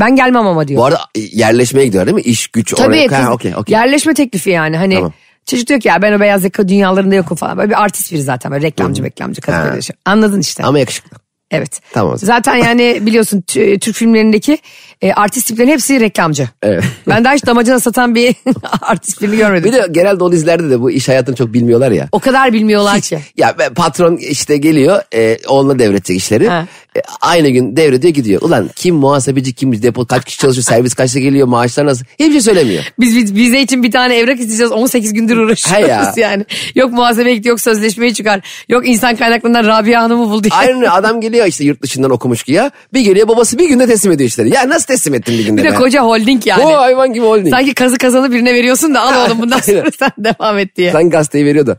[SPEAKER 3] Ben gelmem ama diyor.
[SPEAKER 4] Bu arada yerleşmeye gidiyor değil mi? İş, güç,
[SPEAKER 3] Tabii
[SPEAKER 4] oraya.
[SPEAKER 3] kız,
[SPEAKER 4] Ha, okey, okey.
[SPEAKER 3] yerleşme teklifi yani hani
[SPEAKER 4] Tamam.
[SPEAKER 3] çocuk diyor ki ya ben o beyaz yaka dünyalarında yokum falan. Böyle bir artist biri zaten böyle reklamcı reklamcı
[SPEAKER 4] Ha.
[SPEAKER 3] kadın böyle şey. Anladın işte.
[SPEAKER 4] Ama yakışıklı.
[SPEAKER 3] evet.
[SPEAKER 4] Tamam o zaman.
[SPEAKER 3] Zaten yani biliyorsun t- Türk filmlerindeki e, artist tiplerin hepsi reklamcı.
[SPEAKER 4] Evet.
[SPEAKER 3] Ben daha hiç damacana satan bir artist filmi görmedim.
[SPEAKER 4] Bir de genelde o dizilerde de bu iş hayatını çok bilmiyorlar ya.
[SPEAKER 3] o kadar bilmiyorlar ki.
[SPEAKER 4] Ya be- patron işte geliyor e, oğluna devredecek işleri.
[SPEAKER 3] Ha.
[SPEAKER 4] E, aynı gün devrediyor gidiyor. Ulan kim muhasebeci kim depo kaç kişi çalışıyor servis kaçta geliyor maaşlar nasıl hiçbir şey söylemiyor.
[SPEAKER 3] Biz, biz vize için bir tane evrak isteyeceğiz 18 gündür uğraşıyoruz
[SPEAKER 4] Ha ya.
[SPEAKER 3] yani. Yok muhasebeye gitti yok sözleşmeyi çıkar. Yok insan kaynaklarından Rabia Hanım'ı buldu.
[SPEAKER 4] Aynı adam geliyor işte yurt dışından okumuş ki ya. Bir geliyor babası bir günde teslim ediyor işleri. Ya nasıl teslim ettin bir günde
[SPEAKER 3] Bir de
[SPEAKER 4] be?
[SPEAKER 3] koca holding yani.
[SPEAKER 4] O hayvan gibi holding. Sanki,
[SPEAKER 3] Sanki kazı kazanı birine veriyorsun da al oğlum bundan
[SPEAKER 4] Aynen.
[SPEAKER 3] sonra sen devam et diye.
[SPEAKER 4] gazeteyi veriyor da.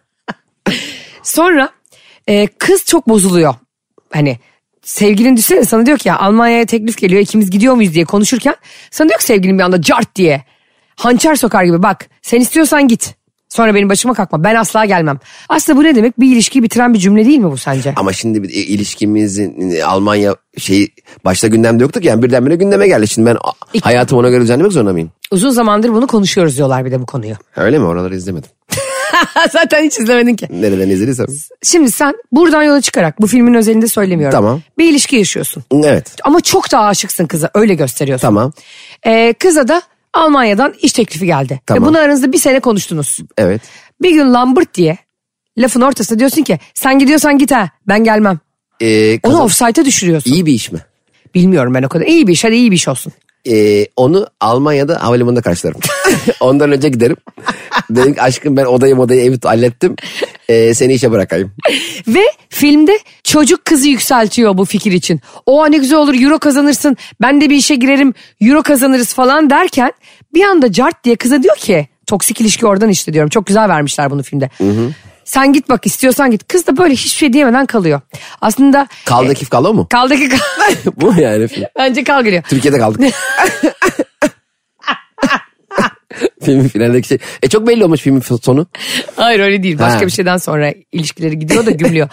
[SPEAKER 3] Sonra e, kız çok bozuluyor. Hani sevgilin düşünsene sana diyor ki ya Almanya'ya teklif geliyor ikimiz gidiyor muyuz diye konuşurken sana diyor ki sevgilin bir anda cart diye. Hançer sokar gibi bak sen istiyorsan git. Sonra benim başıma kalkma ben asla gelmem. Aslında bu ne demek bir ilişkiyi bitiren bir cümle değil mi bu sence?
[SPEAKER 4] Ama şimdi bir ilişkimizin e, Almanya şeyi başta gündemde yoktu ki yani birdenbire gündeme geldi. Şimdi ben a-
[SPEAKER 3] İlk-
[SPEAKER 4] hayatımı ona göre düzenlemek zorunda mıyım?
[SPEAKER 3] Uzun zamandır bunu konuşuyoruz diyorlar bir de bu konuyu.
[SPEAKER 4] Öyle mi? Oraları izlemedim.
[SPEAKER 3] Zaten hiç izlemedin ki.
[SPEAKER 4] Nereden izlediysem.
[SPEAKER 3] Şimdi sen buradan yola çıkarak bu filmin özelinde söylemiyorum.
[SPEAKER 4] Tamam.
[SPEAKER 3] Bir ilişki yaşıyorsun.
[SPEAKER 4] Evet.
[SPEAKER 3] Ama çok da aşıksın kıza öyle gösteriyorsun.
[SPEAKER 4] Tamam.
[SPEAKER 3] Ee, kıza da Almanya'dan iş teklifi geldi.
[SPEAKER 4] Tamam.
[SPEAKER 3] Ve bunu aranızda bir sene konuştunuz.
[SPEAKER 4] Evet.
[SPEAKER 3] Bir gün Lambert diye lafın ortasında diyorsun ki sen gidiyorsan git ha ben gelmem.
[SPEAKER 4] Ee,
[SPEAKER 3] Onu
[SPEAKER 4] kazan-
[SPEAKER 3] offside'a düşürüyorsun.
[SPEAKER 4] iyi bir iş mi?
[SPEAKER 3] Bilmiyorum ben o kadar. İyi bir iş hadi iyi bir iş olsun.
[SPEAKER 4] Ee, onu Almanya'da havalimanında karşılarım. Ondan önce giderim. Dedim ki aşkım ben odayı modayı evi hallettim. Ee, seni işe bırakayım.
[SPEAKER 3] Ve filmde çocuk kızı yükseltiyor bu fikir için. O ne güzel olur euro kazanırsın ben de bir işe girerim euro kazanırız falan derken bir anda cart diye kıza diyor ki toksik ilişki oradan işte diyorum çok güzel vermişler bunu filmde. Sen git bak istiyorsan git. Kız da böyle hiçbir şey diyemeden kalıyor. Aslında
[SPEAKER 4] Kaldı kif kalo mu?
[SPEAKER 3] Kaldaki kal.
[SPEAKER 4] Bu yani film.
[SPEAKER 3] Bence kal geliyor.
[SPEAKER 4] Türkiye'de kaldık. Filmin finaldeki şey. E çok belli olmuş filmin sonu.
[SPEAKER 3] Hayır öyle değil. Başka
[SPEAKER 4] Ha.
[SPEAKER 3] bir şeyden sonra ilişkileri gidiyor da gümlüyor.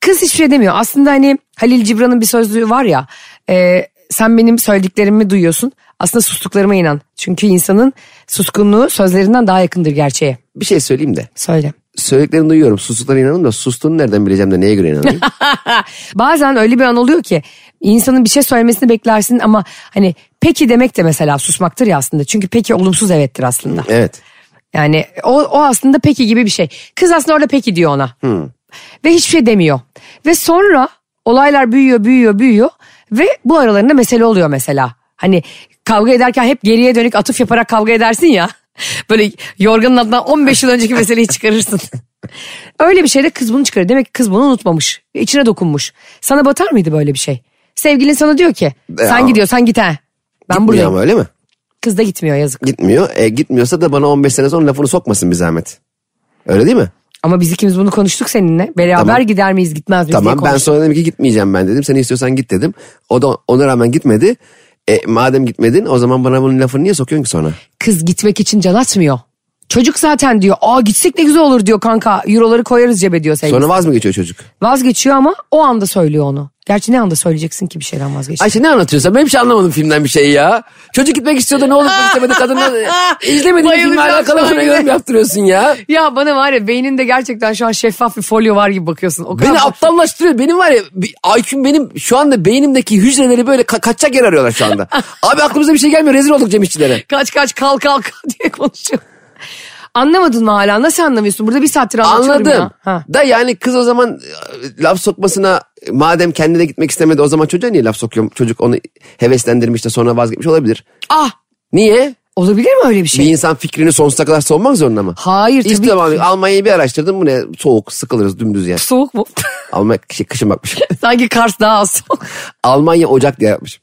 [SPEAKER 3] Kız hiçbir şey demiyor. Aslında hani Halil Cibran'ın bir sözlüğü var ya. e, sen benim söylediklerimi duyuyorsun. Aslında sustuklarıma inan. Çünkü insanın suskunluğu sözlerinden daha yakındır gerçeğe.
[SPEAKER 4] Bir şey söyleyeyim de.
[SPEAKER 3] Söyle.
[SPEAKER 4] Söylediklerini duyuyorum. Sustuklarına inanıyorum da sustuğunu nereden bileceğim de neye göre inanayım?
[SPEAKER 3] Bazen öyle bir an oluyor ki insanın bir şey söylemesini beklersin ama hani peki demek de mesela susmaktır ya aslında. Çünkü peki olumsuz evettir aslında.
[SPEAKER 4] evet.
[SPEAKER 3] Yani o, o aslında peki gibi bir şey. Kız aslında orada peki diyor ona. Ve hiçbir şey demiyor. Ve sonra olaylar büyüyor büyüyor büyüyor. Ve bu aralarında mesele oluyor mesela. Hani kavga ederken hep geriye dönük atıf yaparak kavga edersin ya. Böyle yorganın altından 15 yıl önceki meseleyi çıkarırsın. Öyle bir şeyde kız bunu çıkarır. Demek ki kız bunu unutmamış. İçine dokunmuş. Sana batar mıydı böyle bir şey? Sevgilin sana diyor ki sen
[SPEAKER 4] ama-
[SPEAKER 3] gidiyorsan git ha. Ben
[SPEAKER 4] Gitmiyor
[SPEAKER 3] buradayım.
[SPEAKER 4] ama öyle mi?
[SPEAKER 3] Kız da gitmiyor yazık.
[SPEAKER 4] Gitmiyor. E, gitmiyorsa da bana 15 sene sonra lafını sokmasın bir zahmet. Öyle değil mi?
[SPEAKER 3] Ama biz ikimiz bunu konuştuk seninle. Beraber
[SPEAKER 4] Tamam.
[SPEAKER 3] gider miyiz gitmez miyiz diye
[SPEAKER 4] tamam ben
[SPEAKER 3] konuştuk.
[SPEAKER 4] sonra dedim ki gitmeyeceğim ben dedim. Seni istiyorsan git dedim. O da ona rağmen gitmedi. E, madem gitmedin o zaman bana bunun lafını niye sokuyorsun ki sonra?
[SPEAKER 3] Kız gitmek için can atmıyor. Çocuk zaten diyor aa gitsek ne güzel olur diyor kanka euroları koyarız cebe diyor sevgilisi.
[SPEAKER 4] Sonra vaz mı geçiyor çocuk?
[SPEAKER 3] Vazgeçiyor ama o anda söylüyor onu. Gerçi ne anda söyleyeceksin ki bir şeyden vazgeçti.
[SPEAKER 4] Ayşe ne anlatıyorsun? Ben bir şey anlamadım filmden bir şey ya. Çocuk gitmek istiyordu ne olur ben istemedi kadınlar. İzlemediğin filmle
[SPEAKER 3] Bayılacağım
[SPEAKER 4] alakalı
[SPEAKER 3] şu an
[SPEAKER 4] bana
[SPEAKER 3] yine.
[SPEAKER 4] yorum yaptırıyorsun ya.
[SPEAKER 3] Ya bana var ya beyninde gerçekten şu an şeffaf bir folyo var gibi bakıyorsun. O kadar
[SPEAKER 4] Beni
[SPEAKER 3] bak-
[SPEAKER 4] aptallaştırıyor. Benim var ya bir- IQ'm benim şu anda beynimdeki hücreleri böyle ka- kaçacak yer arıyorlar şu anda. Abi aklımıza bir şey gelmiyor. Rezil olduk Cem İşçilere.
[SPEAKER 3] Kaç kaç kalk kalk diye konuşuyor. Anlamadın mı hala? Nasıl anlamıyorsun? Burada bir saattir anlatıyorum
[SPEAKER 4] Anladım.
[SPEAKER 3] ya. Ha.
[SPEAKER 4] Da yani kız o zaman e, laf sokmasına e, madem kendine gitmek istemedi o zaman çocuğa niye laf sokuyorum? Çocuk onu heveslendirmiş de sonra vazgeçmiş olabilir.
[SPEAKER 3] Ah
[SPEAKER 4] Niye?
[SPEAKER 3] olabilir mi öyle bir şey?
[SPEAKER 4] Bir insan fikrini sonsuza kadar savunmak zorunda mı?
[SPEAKER 3] Hayır tabii
[SPEAKER 4] İşte
[SPEAKER 3] ki.
[SPEAKER 4] abi, Almanya'yı bir araştırdım. Bu ne? Soğuk, sıkılırız dümdüz yer.
[SPEAKER 3] Soğuk mu?
[SPEAKER 4] Almanya şey, kışın bakmış.
[SPEAKER 3] Sanki Kars daha az soğuk.
[SPEAKER 4] Almanya Ocak diye yapmış.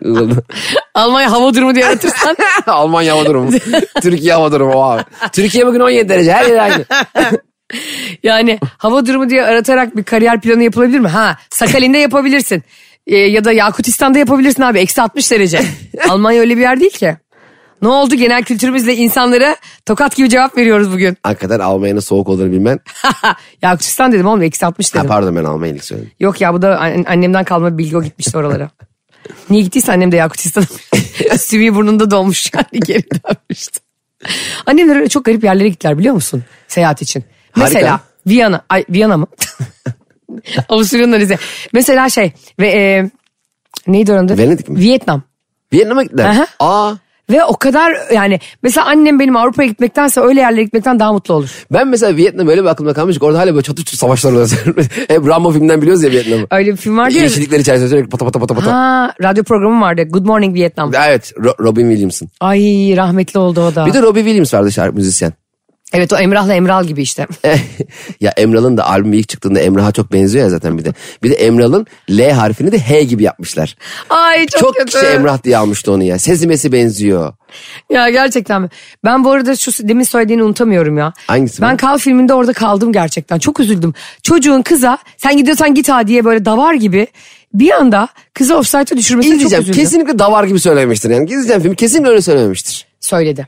[SPEAKER 4] Ulan.
[SPEAKER 3] Almanya hava durumu diye yaratırsan.
[SPEAKER 4] Almanya hava durumu. Türkiye hava durumu. Wow. Türkiye bugün 17 derece. Her yer aynı.
[SPEAKER 3] yani hava durumu diye aratarak bir kariyer planı yapılabilir mi? Ha Sakalin'de yapabilirsin. Ee, ya da Yakutistan'da yapabilirsin abi. Eksi 60 derece. Almanya öyle bir yer değil ki. Ne oldu genel kültürümüzle insanlara tokat gibi cevap veriyoruz bugün.
[SPEAKER 4] Hakikaten Almanya'nın soğuk olduğunu bilmen.
[SPEAKER 3] Yakutistan dedim oğlum eksi 60
[SPEAKER 4] Ha,
[SPEAKER 3] dedim.
[SPEAKER 4] pardon ben Almanya'yı söyledim.
[SPEAKER 3] Yok ya bu da an- annemden kalma bir bilgi o gitmişti oralara. Niye gittiyse annem de Yakutistan'a Sümüğü burnunda donmuş yani geri dönmüştü. Annemler öyle çok garip yerlere gittiler biliyor musun seyahat için.
[SPEAKER 4] Harika.
[SPEAKER 3] Mesela Viyana, ay Viyana mı? Avusturya'nın Rize. Mesela şey ve e, neydi oranın adı?
[SPEAKER 4] Venedik mi?
[SPEAKER 3] Vietnam.
[SPEAKER 4] Vietnam'a gittiler.
[SPEAKER 3] Aha.
[SPEAKER 4] Aa,
[SPEAKER 3] Ve o kadar yani mesela annem benim Avrupa'ya gitmektense öyle yerlere gitmekten daha mutlu olur.
[SPEAKER 4] ben mesela Vietnam öyle bir aklımda kalmış ki orada hala böyle çatı çatı savaşlar oluyor. Hep Rambo filminden biliyoruz ya Vietnam'ı.
[SPEAKER 3] Öyle bir film vardı ya.
[SPEAKER 4] Yeşillikler içerisinde sürekli pata pata pata pata.
[SPEAKER 3] Ha, radyo programı vardı. Good Morning Vietnam.
[SPEAKER 4] Evet Ro- Robin Williams'ın.
[SPEAKER 3] Ay rahmetli oldu o da.
[SPEAKER 4] Bir de Robbie Williams vardı şarkı müzisyen.
[SPEAKER 3] Evet o Emrah'la Emral gibi işte.
[SPEAKER 4] ya Emral'ın da albümü ilk çıktığında Emrah'a çok benziyor ya zaten bir de. Bir de Emral'ın L harfini de H gibi yapmışlar.
[SPEAKER 3] Ay çok,
[SPEAKER 4] Çok
[SPEAKER 3] kötü.
[SPEAKER 4] kişi Emrah diye almıştı onu ya. Sezimesi benziyor.
[SPEAKER 3] Ya gerçekten mi? Ben bu arada şu demin söylediğini unutamıyorum ya.
[SPEAKER 4] Hangisi
[SPEAKER 3] Ben
[SPEAKER 4] bu?
[SPEAKER 3] Kal filminde orada kaldım gerçekten. Çok üzüldüm. Çocuğun kıza sen gidiyorsan git ha diye böyle davar gibi bir anda kızı offside'a düşürmesine çok
[SPEAKER 4] İzleyeceğim.
[SPEAKER 3] üzüldüm.
[SPEAKER 4] Kesinlikle davar gibi söylememiştir. Yani izleyeceğim filmi kesinlikle öyle söylememiştir.
[SPEAKER 3] Söyledi.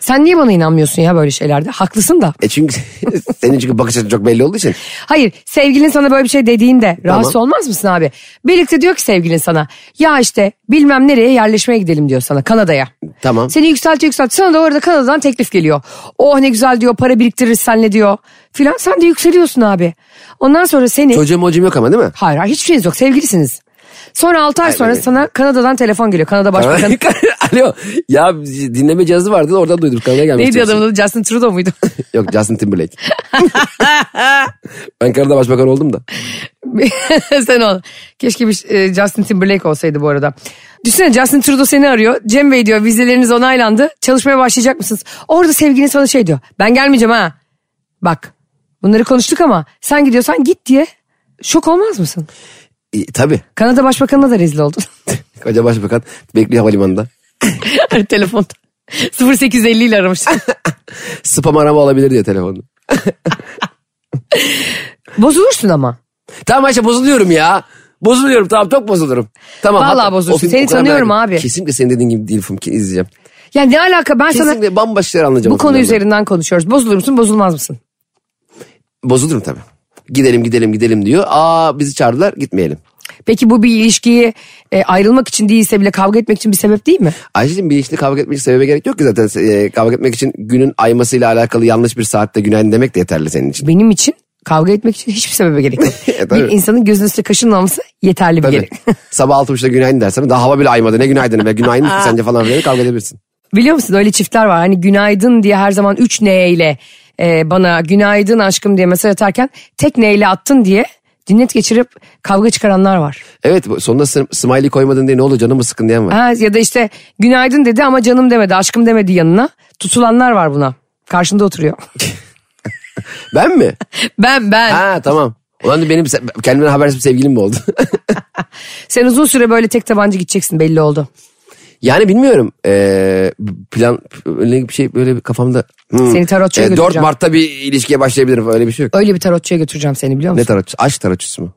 [SPEAKER 3] Sen niye bana inanmıyorsun ya böyle şeylerde? Haklısın da.
[SPEAKER 4] E çünkü senin çünkü bakış açın çok belli olduğu için.
[SPEAKER 3] Hayır sevgilin sana böyle bir şey dediğinde rahatsız olmaz mısın abi? Birlikte diyor ki sevgilin sana ya işte bilmem nereye yerleşmeye gidelim diyor sana Kanada'ya.
[SPEAKER 4] Tamam.
[SPEAKER 3] Seni yükselt yükselt sana da orada Kanada'dan teklif geliyor. Oh ne güzel diyor para biriktiririz senle diyor filan sen de yükseliyorsun abi. Ondan sonra seni
[SPEAKER 4] Çocuğum hocam yok ama değil mi?
[SPEAKER 3] hayır hayır hiçbir şeyiniz yok sevgilisiniz. Sonra 6 ay sonra
[SPEAKER 4] öyle.
[SPEAKER 3] sana Kanada'dan telefon geliyor. Kanada Başbakanı.
[SPEAKER 4] Alo. Ya dinleme cihazı vardı da oradan duydum. Kanada'ya gelmiş.
[SPEAKER 3] Neydi adamın adı Justin Trudeau muydu?
[SPEAKER 4] Yok Justin Timberlake. ben Kanada Başbakan oldum da.
[SPEAKER 3] Sen ol. Keşke bir e, Justin Timberlake olsaydı bu arada. Düşünsene Justin Trudeau seni arıyor. Cem Bey diyor vizeleriniz onaylandı. Çalışmaya başlayacak mısınız? Orada sevgilin sana şey diyor. Ben gelmeyeceğim ha. Bak bunları konuştuk ama sen gidiyorsan git diye. Şok olmaz mısın?
[SPEAKER 4] E, tabii.
[SPEAKER 3] Kanada Başbakanı'na da rezil oldun.
[SPEAKER 4] Koca Başbakan bekliyor havalimanında.
[SPEAKER 3] Telefonda. 0850 ile aramıştım.
[SPEAKER 4] Spam arama olabilir diye telefonu.
[SPEAKER 3] Bozulursun ama.
[SPEAKER 4] Tamam Ayşe bozuluyorum ya. Bozuluyorum tamam çok bozulurum. Tamam.
[SPEAKER 3] Vallahi
[SPEAKER 4] hatta-
[SPEAKER 3] bozulursun.
[SPEAKER 4] o film
[SPEAKER 3] Seni
[SPEAKER 4] o kadar merak
[SPEAKER 3] tanıyorum
[SPEAKER 4] ettim.
[SPEAKER 3] abi.
[SPEAKER 4] Kesinlikle senin dediğin gibi değil film ki izleyeceğim.
[SPEAKER 3] Yani ne alaka ben sana
[SPEAKER 4] Kesinlikle bambaşka şeyler anlayacağım.
[SPEAKER 3] bu
[SPEAKER 4] o
[SPEAKER 3] konu
[SPEAKER 4] filmden ben.
[SPEAKER 3] üzerinden konuşuyoruz. Bozulur musun bozulmaz mısın?
[SPEAKER 4] Bozulurum tabii. Gidelim gidelim gidelim diyor. Aa bizi çağırdılar gitmeyelim.
[SPEAKER 3] Peki bu bir ilişkiyi e, ayrılmak için değilse bile kavga etmek için bir sebep değil mi?
[SPEAKER 4] Ayşe'cim bilinçli kavga etmek için sebebe gerek yok ki zaten. Ee, kavga etmek için günün aymasıyla alakalı yanlış bir saatte günaydın demek de yeterli senin için.
[SPEAKER 3] benim için kavga etmek için hiçbir sebebe gerek yok.
[SPEAKER 4] E, tabii.
[SPEAKER 3] bir insanın gözünün üstüne kaşının olması yeterli bir
[SPEAKER 4] Tabii.
[SPEAKER 3] gerek.
[SPEAKER 4] Sabah altı buçukta günaydın dersen daha hava bile aymadı. Ne günaydın be günaydın mı sence falan filan kavga edebilirsin.
[SPEAKER 3] Biliyor musun öyle çiftler var hani günaydın diye her zaman 3 ne ile e, bana günaydın aşkım diye mesaj atarken tek ne ile attın diye dinlet geçirip kavga çıkaranlar var.
[SPEAKER 4] Evet bu- sonunda sı- smiley koymadın diye ne oldu canım mı sıkın diyen var.
[SPEAKER 3] Ha, ya da işte günaydın dedi ama canım demedi aşkım demedi yanına tutulanlar var buna. Karşında oturuyor.
[SPEAKER 4] Ben mi?
[SPEAKER 3] ben ben.
[SPEAKER 4] ha tamam. Ulan da benim se- kendimden habersiz bir sevgilim mi oldu?
[SPEAKER 3] Sen uzun süre böyle tek tabanca gideceksin belli oldu.
[SPEAKER 4] Yani bilmiyorum. Ee, plan öyle bir şey böyle bir kafamda. Hmm.
[SPEAKER 3] Seni tarotçuya
[SPEAKER 4] Ee, 4
[SPEAKER 3] götüreceğim.
[SPEAKER 4] Mart'ta bir ilişkiye başlayabilirim. Öyle bir şey yok.
[SPEAKER 3] Öyle bir tarotçuya götüreceğim seni biliyor musun?
[SPEAKER 4] Ne tarotçusu? Aşk tarotçusu mu?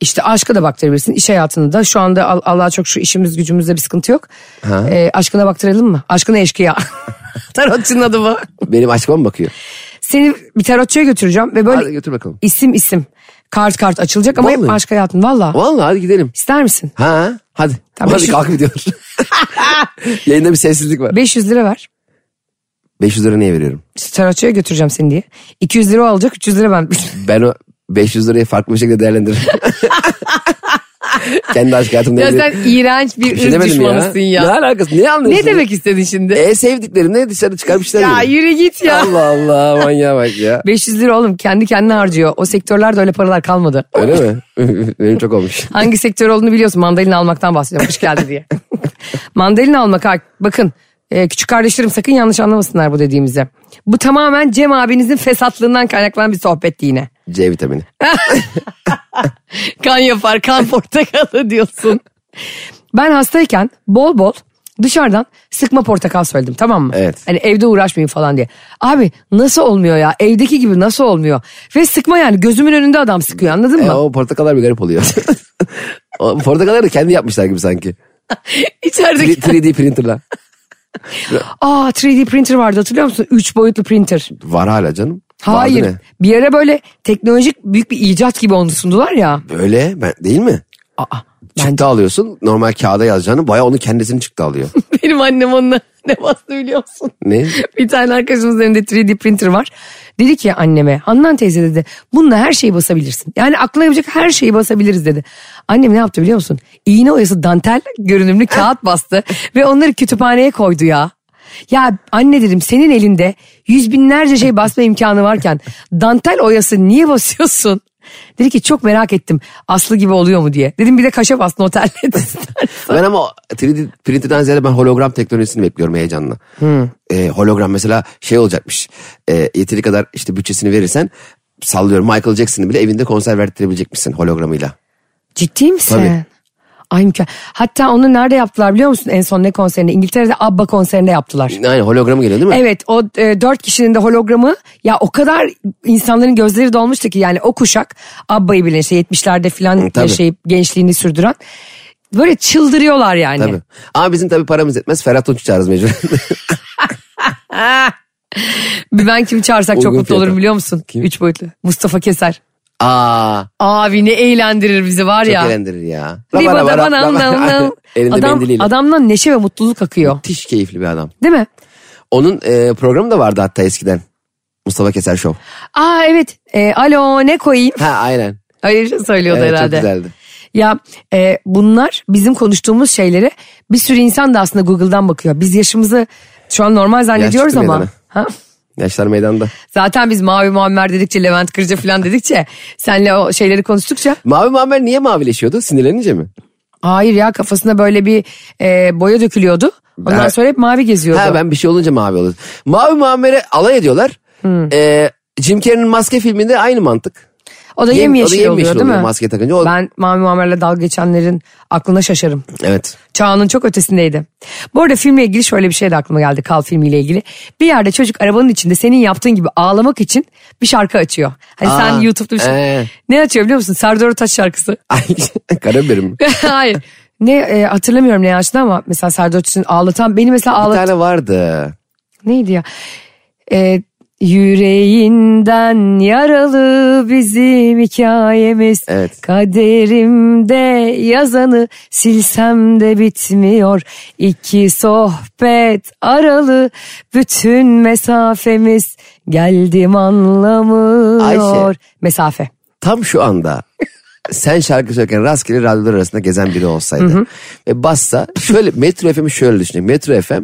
[SPEAKER 3] İşte aşka da baktırabilirsin. iş hayatını da. Şu anda Al- Allah'a çok şu işimiz gücümüzde bir sıkıntı yok. Ee, aşkına baktıralım mı? Aşkına eşkıya. Tarotçunun adı bu.
[SPEAKER 4] Benim açıklamam mı bakıyor?
[SPEAKER 3] Seni bir tarotçuya götüreceğim ve böyle
[SPEAKER 4] Hadi götür bakalım.
[SPEAKER 3] isim isim kart kart açılacak ama hep
[SPEAKER 4] Vallahi.
[SPEAKER 3] aşk hayatın valla.
[SPEAKER 4] Vallahi hadi gidelim.
[SPEAKER 3] İster misin?
[SPEAKER 4] Ha hadi.
[SPEAKER 3] Tamam,
[SPEAKER 4] hadi
[SPEAKER 3] beş yüz-
[SPEAKER 4] kalk gidiyoruz. Yayında bir sessizlik var.
[SPEAKER 3] 500 lira ver.
[SPEAKER 4] 500 lira niye veriyorum?
[SPEAKER 3] Tarotçuya götüreceğim seni diye. 200 lira o alacak 300 lira ben.
[SPEAKER 4] Ben o 500 lirayı farklı bir şekilde değerlendiririm. Kendi aşk hayatımda
[SPEAKER 3] ya
[SPEAKER 4] evli-
[SPEAKER 3] sen iğrenç bir,
[SPEAKER 4] Bir şey
[SPEAKER 3] ırk
[SPEAKER 4] demedim
[SPEAKER 3] düşmanısın ya.
[SPEAKER 4] Ne alakası? Ne anlıyorsun?
[SPEAKER 3] Ne demek istedin şimdi?
[SPEAKER 4] E sevdiklerimle dışarı çıkar bir şeyler
[SPEAKER 3] ya
[SPEAKER 4] yerim.
[SPEAKER 3] yürü git ya.
[SPEAKER 4] Allah Allah manyağa bak ya.
[SPEAKER 3] 500 lira oğlum kendi kendine harcıyor. O sektörlerde öyle paralar kalmadı.
[SPEAKER 4] Öyle mi? Benim çok olmuş.
[SPEAKER 3] Hangi sektör olduğunu biliyorsun. Mandalina almaktan bahsediyorum. Kış geldi diye. mandalina almak ha, bakın. e, küçük kardeşlerim sakın yanlış anlamasınlar bu dediğimizi. Bu tamamen Cem abinizin fesatlığından kaynaklanan bir sohbetti yine.
[SPEAKER 4] C vitamini.
[SPEAKER 3] Kan yapar kan portakalı diyorsun. Ben hastayken bol bol dışarıdan sıkma portakal söyledim tamam mı?
[SPEAKER 4] Evet.
[SPEAKER 3] Hani evde uğraşmayın falan diye. Abi nasıl olmuyor ya evdeki gibi nasıl olmuyor? Ve sıkma yani gözümün önünde adam sıkıyor anladın
[SPEAKER 4] E,
[SPEAKER 3] mı?
[SPEAKER 4] o portakallar bir garip oluyor. o portakalları da kendi yapmışlar gibi sanki. Tri-
[SPEAKER 3] İçerideki
[SPEAKER 4] 3D printerla.
[SPEAKER 3] Aa 3D printer vardı hatırlıyor musun? Üç boyutlu printer.
[SPEAKER 4] Var hala canım. Vardı
[SPEAKER 3] Hayır.
[SPEAKER 4] ne?
[SPEAKER 3] Bir yere böyle teknolojik büyük bir icat gibi onu sundular ya.
[SPEAKER 4] Böyle ben, değil mi?
[SPEAKER 3] Aa.
[SPEAKER 4] Çıktı alıyorsun normal kağıda yazacağını baya onu kendisini çıktı alıyor.
[SPEAKER 3] Benim annem onunla ne bastı biliyorsun.
[SPEAKER 4] ne?
[SPEAKER 3] bir tane arkadaşımızın elinde 3D printer var. Dedi ki anneme Handan teyze dedi bununla her şeyi basabilirsin. Yani aklına yapacak her şeyi basabiliriz dedi. Annem ne yaptı biliyor musun? İğne oyası dantel görünümlü kağıt bastı ve onları kütüphaneye koydu ya. Ya anne dedim senin elinde yüz binlerce şey basma imkanı varken dantel oyası niye basıyorsun? Dedi ki çok merak ettim Aslı gibi oluyor mu diye. Dedim bir de kaşa bas noterle.
[SPEAKER 4] Ben ama 3D printer'dan ziyade ben hologram teknolojisini bekliyorum heyecanla.
[SPEAKER 3] Hmm.
[SPEAKER 4] E, hologram mesela şey olacakmış. E, yeteri kadar işte bütçesini verirsen sallıyorum Michael Jackson'ı bile evinde konser verdirebilecekmişsin hologramıyla.
[SPEAKER 3] Ciddi misin?
[SPEAKER 4] Tabii.
[SPEAKER 3] Ay mükemmel. Hatta onu nerede yaptılar biliyor musun en son ne konserinde? İngiltere'de ABBA konserinde yaptılar.
[SPEAKER 4] Aynen hologramı geliyor değil mi?
[SPEAKER 3] Evet o e, dört kişinin de hologramı ya o kadar insanların gözleri dolmuştu ki yani o kuşak ABBA'yı bilen işte 70'lerde
[SPEAKER 4] Hı,
[SPEAKER 3] filan
[SPEAKER 4] tabii.
[SPEAKER 3] yaşayıp gençliğini sürdüren böyle çıldırıyorlar yani.
[SPEAKER 4] Tabii. Ama bizim tabii paramız yetmez. Ferhat Tunç çağırırız mecbur.
[SPEAKER 3] Bir Ben kimi çağırsak çok
[SPEAKER 4] Uygun
[SPEAKER 3] mutlu
[SPEAKER 4] fiyata.
[SPEAKER 3] olurum biliyor musun? Üç boyutlu. Mustafa Keser.
[SPEAKER 4] Aa,
[SPEAKER 3] Abi ne eğlendirir bizi var
[SPEAKER 4] çok
[SPEAKER 3] ya.
[SPEAKER 4] eğlendirir ya.
[SPEAKER 3] Bir
[SPEAKER 4] Rabara,
[SPEAKER 3] bana
[SPEAKER 4] bara,
[SPEAKER 3] bana
[SPEAKER 4] rabara.
[SPEAKER 3] anlam, anlam.
[SPEAKER 4] Elinde
[SPEAKER 3] Adam,
[SPEAKER 4] mendiliyle.
[SPEAKER 3] adamdan neşe ve mutluluk akıyor.
[SPEAKER 4] Müthiş keyifli bir adam.
[SPEAKER 3] Değil mi?
[SPEAKER 4] Onun e, programı da vardı hatta eskiden. Mustafa Keser Show.
[SPEAKER 3] Aa evet. E, alo ne koyayım?
[SPEAKER 4] Ha aynen.
[SPEAKER 3] Hayır şey söylüyordu
[SPEAKER 4] Evet, çok
[SPEAKER 3] herhalde.
[SPEAKER 4] güzeldi.
[SPEAKER 3] Ya e, bunlar bizim konuştuğumuz şeylere bir sürü insan da aslında Google'dan bakıyor. Biz yaşımızı şu an normal zannediyoruz
[SPEAKER 4] çıktı
[SPEAKER 3] ama.
[SPEAKER 4] meydana.
[SPEAKER 3] Ha?
[SPEAKER 4] Yaşlar meydanda.
[SPEAKER 3] Zaten biz Mavi Muammer dedikçe Levent Kırca falan dedikçe senle o şeyleri konuştukça
[SPEAKER 4] Mavi Muammer niye mavileşiyordu? Sinirlenince mi?
[SPEAKER 3] hayır ya kafasına böyle bir e, boya dökülüyordu. Ondan
[SPEAKER 4] Ben-
[SPEAKER 3] sonra hep mavi geziyordu.
[SPEAKER 4] Ha ben bir şey olunca mavi oluyor. Mavi Muammer'e alay ediyorlar. E, Jim Carrey'nin maske filminde aynı mantık.
[SPEAKER 3] o da
[SPEAKER 4] Yem-
[SPEAKER 3] yemyeşil
[SPEAKER 4] o da yemyeşil
[SPEAKER 3] oluyor değil mi?
[SPEAKER 4] oluyor maske takınca. O-
[SPEAKER 3] Ben Mavi Muammer'le dalga geçenlerin aklına şaşarım.
[SPEAKER 4] Evet.
[SPEAKER 3] Çağının çok ötesindeydi. Bu arada filmle ilgili şöyle bir şey de aklıma geldi. Kal filmiyle ilgili. Bir yerde çocuk arabanın içinde senin yaptığın gibi ağlamak için bir şarkı açıyor. Hani sen
[SPEAKER 4] Aa,
[SPEAKER 3] YouTube'da bir şey-
[SPEAKER 4] ee.
[SPEAKER 3] Ne açıyor biliyor musun? Serdar Ortaç şarkısı.
[SPEAKER 4] Ay, Karabiberim. mi?
[SPEAKER 3] Hayır. Ne e, hatırlamıyorum ne açtı ama mesela Serdar Ortaç'ın ağlatan beni mesela
[SPEAKER 4] Bir
[SPEAKER 3] ağlatan
[SPEAKER 4] tane vardı.
[SPEAKER 3] neydi ya? E, yüreğinden yaralı bizim hikayemiz.
[SPEAKER 4] Evet.
[SPEAKER 3] Kaderimde yazanı silsem de bitmiyor. İki sohbet aralı bütün mesafemiz geldim anlamıyor.
[SPEAKER 4] Ayşe.
[SPEAKER 3] Mesafe.
[SPEAKER 4] tam şu anda sen şarkı söylerken rastgele radyolar arasında gezen biri olsaydı ve bassa şöyle Metro FM'i şöyle düşünün. Metro FM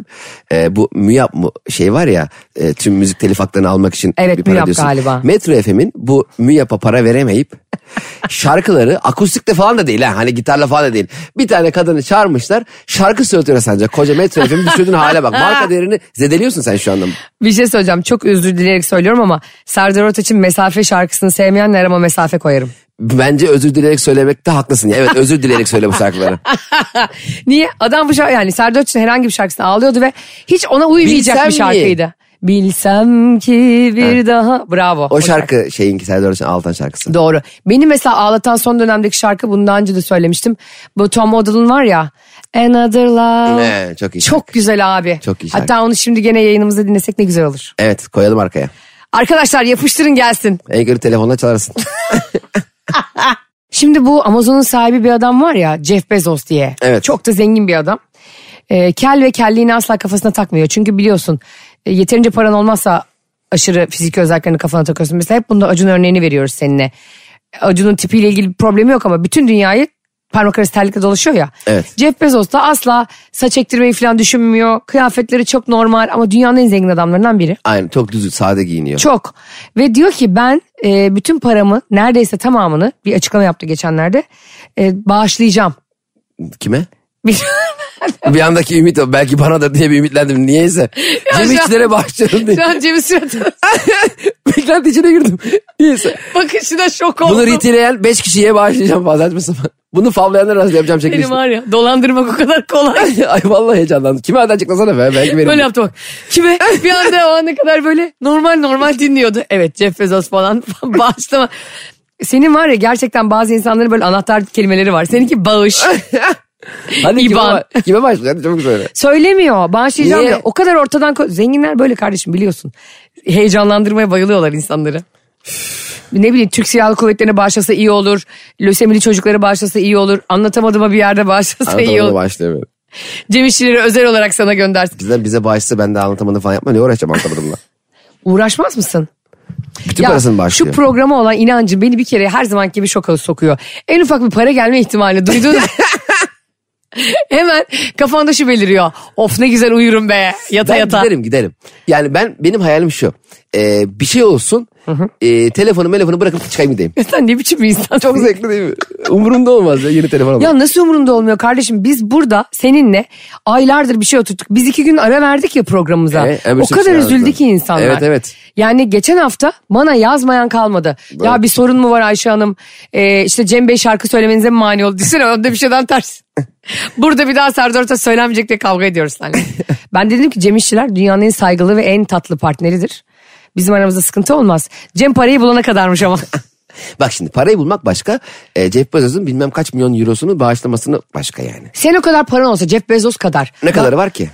[SPEAKER 4] e, bu MÜYAP mu şey var ya e, tüm müzik telif haklarını almak için
[SPEAKER 3] Evet,
[SPEAKER 4] bir para
[SPEAKER 3] MÜYAP
[SPEAKER 4] ödüyorsun.
[SPEAKER 3] galiba.
[SPEAKER 4] Metro FM'in bu MÜYAP'a para veremeyip şarkıları akustikte falan da değil ha, hani gitarla falan da değil. Bir tane kadını çağırmışlar şarkı söyletiyor sence koca Metro FM'in düşürdüğün hale bak. Marka değerini zedeliyorsun sen şu anda.
[SPEAKER 3] Bir şey söyleyeceğim çok özür dileyerek söylüyorum ama Serdar Ortaç'ın mesafe şarkısını sevmeyenler ama mesafe koyarım.
[SPEAKER 4] Bence özür dileyerek söylemekte haklısın. ya. Evet özür dileyerek söyle bu şarkıları.
[SPEAKER 3] Niye? Adam bu şarkı yani Serdar Ortaç'ın herhangi bir şarkısını ağlıyordu ve hiç ona uymayacak
[SPEAKER 4] Bilsem
[SPEAKER 3] bir şarkıydı. Bilsem ki bir daha. Bravo.
[SPEAKER 4] O şarkı şeyinki Serdar Ortaç'ın Altan şarkısı.
[SPEAKER 3] Doğru. Beni mesela ağlatan son dönemdeki şarkı bunu daha önce de söylemiştim. Bu Tom Odell'ın var ya. Another Love.
[SPEAKER 4] Ne, çok iyi
[SPEAKER 3] Çok
[SPEAKER 4] şarkı.
[SPEAKER 3] güzel abi.
[SPEAKER 4] Çok iyi şarkı.
[SPEAKER 3] Hatta onu şimdi gene yayınımızda dinlesek ne güzel olur.
[SPEAKER 4] Evet koyalım arkaya.
[SPEAKER 3] Arkadaşlar yapıştırın gelsin.
[SPEAKER 4] En kötü telefonla çalarsın.
[SPEAKER 3] Şimdi bu Amazon'un sahibi bir adam var ya Jeff Bezos diye.
[SPEAKER 4] Evet.
[SPEAKER 3] Çok da zengin bir adam. Ee, kel ve kelliğini asla kafasına takmıyor. Çünkü biliyorsun e, yeterince paran olmazsa aşırı fiziki özelliklerini kafana takıyorsun. Mesela hep bunda Acun örneğini veriyoruz seninle. Acun'un tipiyle ilgili bir problemi yok ama bütün dünyayı parmak arası terlikle dolaşıyor ya.
[SPEAKER 4] Evet.
[SPEAKER 3] Jeff Bezos da asla saç ektirmeyi falan düşünmüyor. Kıyafetleri çok normal ama dünyanın en zengin adamlarından biri.
[SPEAKER 4] Aynen çok düz sade giyiniyor.
[SPEAKER 3] Çok. Ve diyor ki ben e, bütün paramı neredeyse tamamını bir açıklama yaptı geçenlerde e, bağışlayacağım.
[SPEAKER 4] Kime?
[SPEAKER 3] Bir-
[SPEAKER 4] Bir yandaki ümit o. Belki bana da diye bir ümitlendim. Niyeyse. Cem içlere başlıyorum diye.
[SPEAKER 3] Şu an Cem'in suratı
[SPEAKER 4] Beklenti içine girdim. Niyeyse.
[SPEAKER 3] bakışına şok oldum.
[SPEAKER 4] Bunu retaileyen 5 kişiye bağışlayacağım pazartesi sabahı. Bunu favlayanlar arası yapacağım
[SPEAKER 3] Beni
[SPEAKER 4] çekilişte.
[SPEAKER 3] var ya dolandırmak o kadar kolay.
[SPEAKER 4] Ay vallahi heyecanlandım. Kime hadi açıklasana be. Belki benim.
[SPEAKER 3] Böyle yaptı bak. Kime? Bir anda o ana kadar böyle normal normal dinliyordu. Evet Jeff Bezos falan bağışlama. Senin var ya gerçekten bazı insanların böyle anahtar kelimeleri var. Seninki bağış.
[SPEAKER 4] Hani kime,
[SPEAKER 3] İban.
[SPEAKER 4] ba- kime başlayacağım? Hadi çabuk
[SPEAKER 3] Şey
[SPEAKER 4] söyle.
[SPEAKER 3] Söylemiyor. Bağışlayacağım
[SPEAKER 4] Niye?
[SPEAKER 3] diyor. O kadar ortadan ko- zenginler böyle kardeşim biliyorsun. Heyecanlandırmaya bayılıyorlar insanları. ne bileyim Türk Silahlı Kuvvetleri'ne bağışlasa iyi olur. Lösemili çocuklara bağışlasa iyi olur. Anlatamadığıma bir yerde bağışlasa iyi
[SPEAKER 4] Anlatamadım
[SPEAKER 3] olur.
[SPEAKER 4] başlayamıyorum.
[SPEAKER 3] Cem İşçileri özel olarak sana göndersin.
[SPEAKER 4] Bizden bize bağışsa ben de anlatamadım falan yapma. Ne uğraşacağım anlatamadımla.
[SPEAKER 3] Uğraşmaz mısın?
[SPEAKER 4] Bütün parasını
[SPEAKER 3] şu
[SPEAKER 4] bağışlıyor.
[SPEAKER 3] programa olan inancım beni bir kere her zamanki bir şoka sokuyor. En ufak bir para gelme ihtimali duydun. mu? Hemen kafanda şu beliriyor. Of ne güzel uyurum be yata
[SPEAKER 4] ben
[SPEAKER 3] yata.
[SPEAKER 4] giderim giderim. Yani ben benim hayalim şu. Ee, bir şey olsun. E, telefonu telefonu bırakıp çıkayım gideyim.
[SPEAKER 3] Sen ne biçim bir insansın?
[SPEAKER 4] Çok zevkli değil mi? Umurumda olmaz ya yeni telefon almak.
[SPEAKER 3] Ya nasıl umurumda olmuyor kardeşim? Biz burada seninle aylardır bir şey oturttuk. Biz iki gün ara verdik ya programımıza.
[SPEAKER 4] Evet, evet,
[SPEAKER 3] o
[SPEAKER 4] şey
[SPEAKER 3] kadar
[SPEAKER 4] yapıyoruz.
[SPEAKER 3] üzüldü ki insanlar.
[SPEAKER 4] Evet, evet.
[SPEAKER 3] Yani geçen hafta bana yazmayan kalmadı. Ya bir sorun mu var Ayşe Hanım? Ee, işte Cem Bey şarkı söylemenize mi mani oldu? Düşünsene onda bir şeyden ters. Burada bir daha Serdar Ortaç söylenmeyecek diye kavga ediyoruz seninle. ben de dedim ki Cem İşçiler dünyanın en saygılı ve en tatlı partneridir. Bizim aramızda sıkıntı olmaz. Cem parayı bulana kadarmış ama.
[SPEAKER 4] Bak şimdi parayı bulmak başka. E, Jeff Bezos'un bilmem kaç milyon eurosunu bağışlamasını başka yani.
[SPEAKER 3] Sen o kadar paran olsa Jeff Bezos kadar.
[SPEAKER 4] Ne kadarı var ki?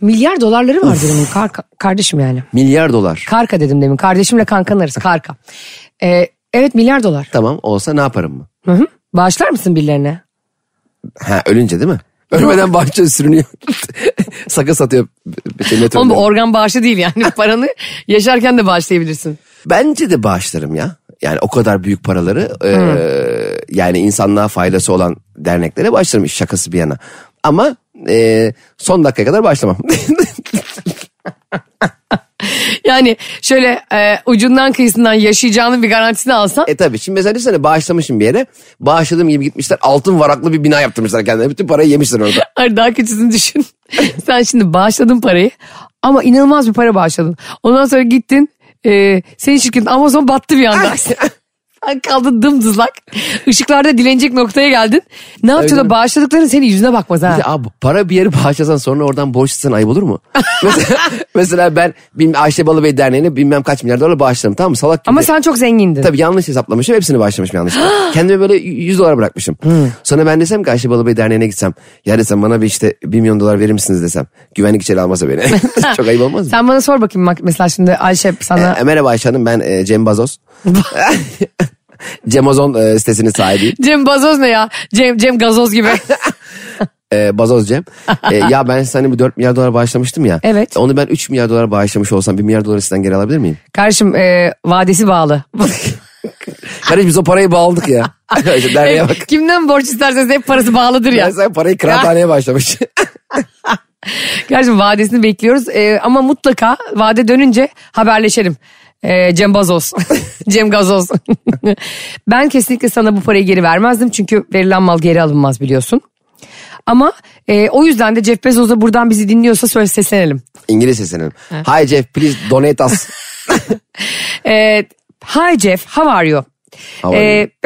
[SPEAKER 3] Milyar dolarları vardır onun karka, kardeşim yani.
[SPEAKER 4] Milyar dolar.
[SPEAKER 3] Karka dedim demin. Kardeşimle kankan arası karka. Ee, evet milyar dolar.
[SPEAKER 4] Tamam olsa ne yaparım mı?
[SPEAKER 3] Hı hı. Bağışlar mısın birilerine?
[SPEAKER 4] Ha ölünce değil mi? Ölmeden bahçe sürünüyor. Sakın satıyor. Şey,
[SPEAKER 3] Oğlum bu
[SPEAKER 4] metrobüs.
[SPEAKER 3] organ bağışı değil yani. Paranı yaşarken de bağışlayabilirsin.
[SPEAKER 4] Bence de bağışlarım ya. Yani o kadar büyük paraları e, yani insanlığa faydası olan derneklere bağışlarım iş şakası bir yana. Ama e, son dakikaya kadar bağışlamam.
[SPEAKER 3] Yani şöyle e, ucundan kıyısından yaşayacağının bir garantisini alsan.
[SPEAKER 4] e tabii şimdi mesela düşünsene bağışlamışım bir yere. Bağışladığım gibi gitmişler altın varaklı bir bina yaptırmışlar kendilerine. Bütün parayı yemişler orada.
[SPEAKER 3] Hayır daha kötüsünü düşün. Sen şimdi bağışladın parayı ama inanılmaz bir para bağışladın. Ondan sonra gittin e, senin şirketin Amazon battı bir
[SPEAKER 4] Ah,
[SPEAKER 3] anda. Sen kaldın dımdızlak. Işıklarda dilenecek noktaya geldin. Ne yapacaksın da
[SPEAKER 4] Aynen.
[SPEAKER 3] bağışladıkların senin yüzüne bakmaz ha.
[SPEAKER 4] Bir de abi para bir yere bağışlasan sonra oradan borçlasan ayıp olur mu? mesela, mesela ben bilmem, Ayşe Balıbey Derneği'ne bilmem kaç milyar dolar bağışladım tamam mı? Salak gibi.
[SPEAKER 3] Ama sen çok zengindin.
[SPEAKER 4] E, Tabii yanlış hesaplamışım. Hepsini bağışlamışım yanlışlıkla. Kendime böyle 100 dolar bırakmışım. Sonra ben desem ki Ayşe Balıbey Derneği'ne gitsem. Ya desem bana bir işte 1 milyon dolar verir misiniz desem. Güvenlik içeri almasa beni. Çok ayıp olmaz mı?
[SPEAKER 3] Sen bana sor bakayım bak mesela şimdi Ayşe sana
[SPEAKER 4] E, merhaba Ayşe Hanım ben e, Cem Bazos. Cemozon e, sitesinin sahibiyim.
[SPEAKER 3] Cem Gazoz ne ya? Cem Cem Gazoz gibi.
[SPEAKER 4] E, Bazoz Cem. E, ya ben sana hani bu 4 milyar dolar bağışlamıştım ya.
[SPEAKER 3] Evet.
[SPEAKER 4] Onu ben 3 milyar dolar bağışlamış olsam 1 milyar doları sizden geri alabilir miyim?
[SPEAKER 3] Kardeşim e, vadesi bağlı.
[SPEAKER 4] Kardeşim biz o parayı bağladık ya. İşte Derneğe bak.
[SPEAKER 3] Kimden borç isterseniz hep parası bağlıdır ya.
[SPEAKER 4] Ya sen parayı kıraathaneye bağışlamış.
[SPEAKER 3] Gerçi vadesini bekliyoruz Ee, ama mutlaka vade dönünce haberleşelim. Ee, Cem Bazoz. Cem Gazoz. ben kesinlikle sana bu parayı geri vermezdim. Çünkü verilen mal geri alınmaz biliyorsun. Ama e, o yüzden de Jeff Bezos'a buradan bizi dinliyorsa söyle seslenelim.
[SPEAKER 4] İngiliz sesinin. Hi Jeff please donate us.
[SPEAKER 3] Ee, hi Jeff, how are you?
[SPEAKER 4] How are you?
[SPEAKER 3] Ee,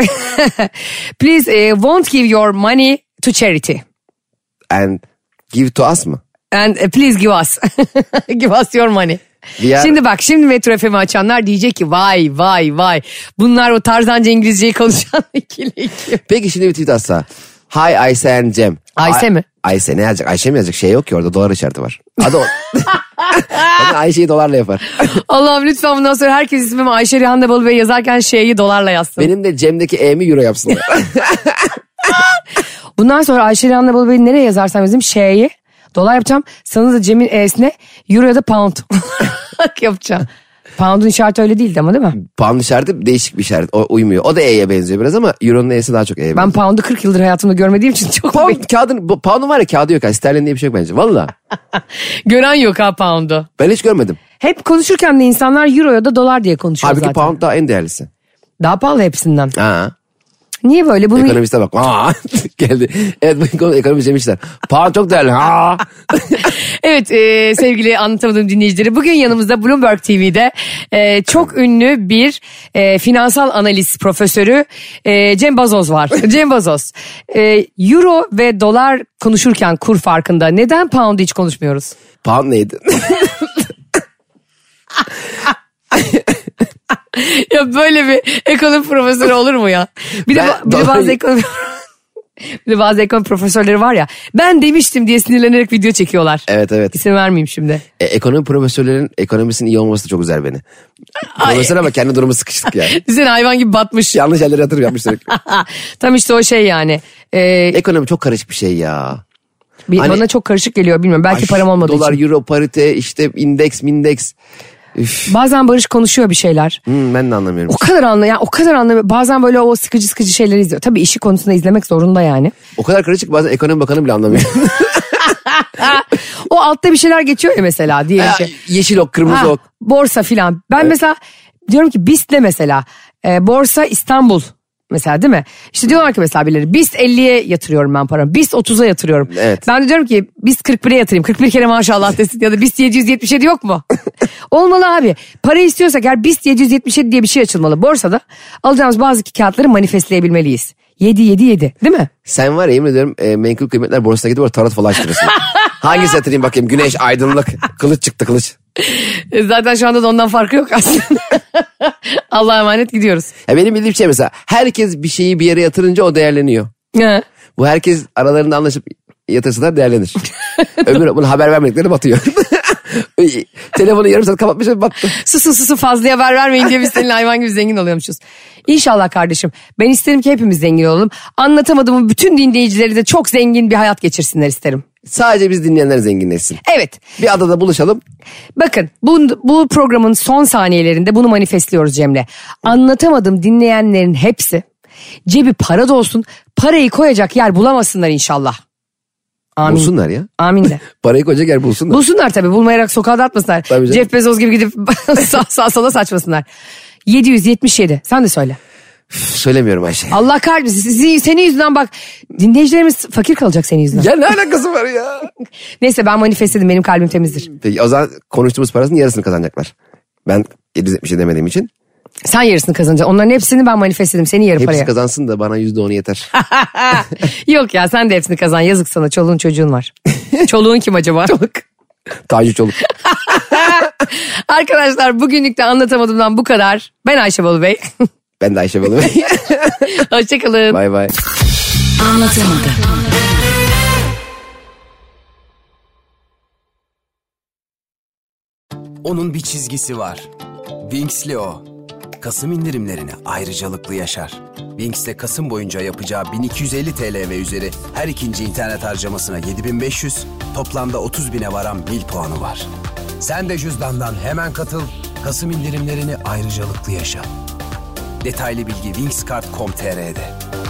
[SPEAKER 3] please eh, won't give your money to charity.
[SPEAKER 4] and give to us mı?
[SPEAKER 3] uh, And eh, please give us. give us your money.
[SPEAKER 4] Diğer-
[SPEAKER 3] Şimdi bak şimdi Metro FM'i açanlar diyecek ki vay vay vay. Bunlar o tarzanca İngilizceyi konuşan ikili ekip.
[SPEAKER 4] Peki şimdi bir tweet atsa. Hi Ayşe and Cem.
[SPEAKER 3] Ayşe
[SPEAKER 4] Ay-
[SPEAKER 3] mi?
[SPEAKER 4] Ayşe ne yazacak? Ayşe mi yazacak? Şey yok ki orada dolar işareti var. Hadi o. Zaten Ayşe'yi dolarla yapar.
[SPEAKER 3] Allah'ım lütfen bundan sonra herkes ismimi Ayşe Rihanna Balı Bey yazarken şeyi dolarla yazsın.
[SPEAKER 4] Benim de Cem'deki E'mi euro yapsınlar.
[SPEAKER 3] Bundan sonra Ayşe Rihanna Balı Bey'i nereye yazarsam yazayım şeyi dolar yapacağım. Sanız da Cem'in E'sine euro ya da pound yapacağım. Pound'un işareti öyle değildi ama değil mi?
[SPEAKER 4] Pound işareti değişik bir işaret. O uymuyor. O da E'ye benziyor biraz ama Euro'nun E'si daha çok E'ye benziyor.
[SPEAKER 3] Ben pound'u 40 yıldır hayatımda görmediğim için çok
[SPEAKER 4] Pound,
[SPEAKER 3] be-
[SPEAKER 4] kağıdın, bu- pound'un var ya kağıdı yok. ha. Sterlin diye bir şey yok bence. Valla.
[SPEAKER 3] gören yok ha pound'u.
[SPEAKER 4] Ben hiç görmedim.
[SPEAKER 3] Hep konuşurken de insanlar euro ya da dolar diye konuşuyor
[SPEAKER 4] Halbuki
[SPEAKER 3] zaten.
[SPEAKER 4] pound daha en değerlisi.
[SPEAKER 3] Daha pahalı hepsinden.
[SPEAKER 4] Ha.
[SPEAKER 3] Niye böyle bunu...
[SPEAKER 4] Ekonomiste bak. Ha. Geldi. Evet bu konu ekonomist demişler. Pound çok değerli. Ha.
[SPEAKER 3] Evet e, sevgili anlatamadığım dinleyicileri bugün yanımızda Bloomberg TV'de e, çok ünlü bir e, finansal analiz profesörü e, Cem Bazoz var. Cem Bazoz. E, Euro ve dolar konuşurken kur farkında neden pound hiç konuşmuyoruz?
[SPEAKER 4] Pound neydi?
[SPEAKER 3] ya böyle bir ekonomi profesörü olur mu ya? Bir de,
[SPEAKER 4] Ben-
[SPEAKER 3] ba- bir de bazı ekonomi... bir de bazı ekonomi profesörleri var ya ben demiştim diye sinirlenerek video çekiyorlar.
[SPEAKER 4] evet evet.
[SPEAKER 3] İsim vermeyeyim şimdi.
[SPEAKER 4] E, ekonomi profesörlerin ekonomisinin iyi olması da çok üzer beni. Profesör ama kendi durumu sıkıştık yani.
[SPEAKER 3] Dizin hayvan gibi batmış.
[SPEAKER 4] Yanlış yerlere yatırım yapmış sürekli.
[SPEAKER 3] Tam işte o şey yani. Ee,
[SPEAKER 4] Ekonomi çok karışık bir şey ya.
[SPEAKER 3] Bir-
[SPEAKER 4] Hani-
[SPEAKER 3] bana çok karışık geliyor bilmiyorum. Belki
[SPEAKER 4] Aş-
[SPEAKER 3] param olmadığı
[SPEAKER 4] Dolar,
[SPEAKER 3] için.
[SPEAKER 4] euro, parite, işte indeks, mindeks. Üf,
[SPEAKER 3] Bazen Barış konuşuyor bir şeyler.
[SPEAKER 4] hmm, ben de anlamıyorum.
[SPEAKER 3] O kadar anla ya o kadar anla bazen böyle o sıkıcı sıkıcı şeyleri izliyor. Tabii işi konusunda izlemek zorunda yani.
[SPEAKER 4] O kadar karışık bazen ekonomi bakanı bile anlamıyor.
[SPEAKER 3] O altta bir şeyler geçiyor ya mesela diyelim
[SPEAKER 4] Ha,
[SPEAKER 3] ki.
[SPEAKER 4] Şey, Yeşil ok, kırmızı
[SPEAKER 3] Ha,
[SPEAKER 4] ok.
[SPEAKER 3] borsa filan. Ben mesela diyorum ki BIST'le mesela e, borsa İstanbul mesela değil mi? İşte diyorlar ki mesela birileri BIST 50'ye yatırıyorum ben paramı. BIST 30'a yatırıyorum.
[SPEAKER 4] Evet.
[SPEAKER 3] Ben de diyorum ki BIST 41'e yatırayım. 41 kere maşallah desin ya da BIST 777 yok mu? Olmalı abi. Para istiyorsak eğer BIST 777 diye bir şey açılmalı. Borsada alacağımız bazı kağıtları manifestleyebilmeliyiz. 7 7 7 değil mi?
[SPEAKER 4] Sen var ya yemin ediyorum e, menkul kıymetler borsasına gidip orada tarot falan açtırırsın. Hangisi yatırayım bakayım? Güneş, aydınlık, kılıç çıktı kılıç.
[SPEAKER 3] E, Zaten şu anda da ondan farkı yok aslında. Allah'a emanet gidiyoruz.
[SPEAKER 4] Ya benim bildiğim şey mesela herkes bir şeyi bir yere yatırınca o değerleniyor.
[SPEAKER 3] Ha.
[SPEAKER 4] Bu herkes aralarında anlaşıp yatırsalar değerlenir. Öbür bunu haber vermedikleri batıyor. Telefonu yarım saat kapatmış ve battı.
[SPEAKER 3] susun susun fazla haber vermeyin diye biz seninle hayvan gibi zengin oluyormuşuz. İnşallah kardeşim. Ben isterim ki hepimiz zengin olalım. Anlatamadığımın bütün dinleyicileri de çok zengin bir hayat geçirsinler isterim.
[SPEAKER 4] Sadece biz dinleyenler zenginleşsin.
[SPEAKER 3] Evet.
[SPEAKER 4] Bir adada buluşalım.
[SPEAKER 3] Bakın bu, bu programın son saniyelerinde bunu manifestliyoruz Cem'le. Anlatamadım dinleyenlerin hepsi cebi para dolsun parayı koyacak yer bulamasınlar inşallah. Amin.
[SPEAKER 4] Bulsunlar ya.
[SPEAKER 3] Amin de.
[SPEAKER 4] Parayı koyacak yer bulsunlar.
[SPEAKER 3] Bulsunlar tabii bulmayarak sokağa da atmasınlar.
[SPEAKER 4] Tabii canım.
[SPEAKER 3] Jeff Bezos gibi gidip sağ, sağ sola saçmasınlar. 777 sen de söyle.
[SPEAKER 4] Söylemiyorum Ayşe.
[SPEAKER 3] Allah kahretsin sizi, senin yüzünden bak dinleyicilerimiz fakir kalacak senin yüzünden.
[SPEAKER 4] Ya ne alakası var ya?
[SPEAKER 3] Neyse ben manifestedim benim kalbim temizdir.
[SPEAKER 4] Peki o zaman konuştuğumuz parasının yarısını kazanacaklar. Ben 770 demediğim için.
[SPEAKER 3] Sen yarısını kazanacaksın onların hepsini ben manifestedim senin yarı
[SPEAKER 4] Hepsi
[SPEAKER 3] paraya.
[SPEAKER 4] kazansın da bana %10'u yeter.
[SPEAKER 3] Yok ya sen de hepsini kazan yazık sana çoluğun çocuğun var. Çoluğun kim acaba?
[SPEAKER 4] Taci Çoluk.
[SPEAKER 3] Arkadaşlar bugünlük de anlatamadığımdan bu kadar. Ben Ayşe Balı Bey.
[SPEAKER 4] Ben de Ayşe Balı.
[SPEAKER 3] Hoşçakalın.
[SPEAKER 4] bay bay.
[SPEAKER 1] Anlatamadım.
[SPEAKER 6] Onun bir çizgisi var. Wings'li o. Kasım indirimlerini ayrıcalıklı yaşar. Wings'te Kasım boyunca yapacağı 1250 TL ve üzeri her ikinci internet harcamasına 7500, toplamda 30 bine varan mil puanı var. Sen de cüzdandan hemen katıl, Kasım indirimlerini ayrıcalıklı yaşa. Detaylı bilgi wingscard.com.tr'de.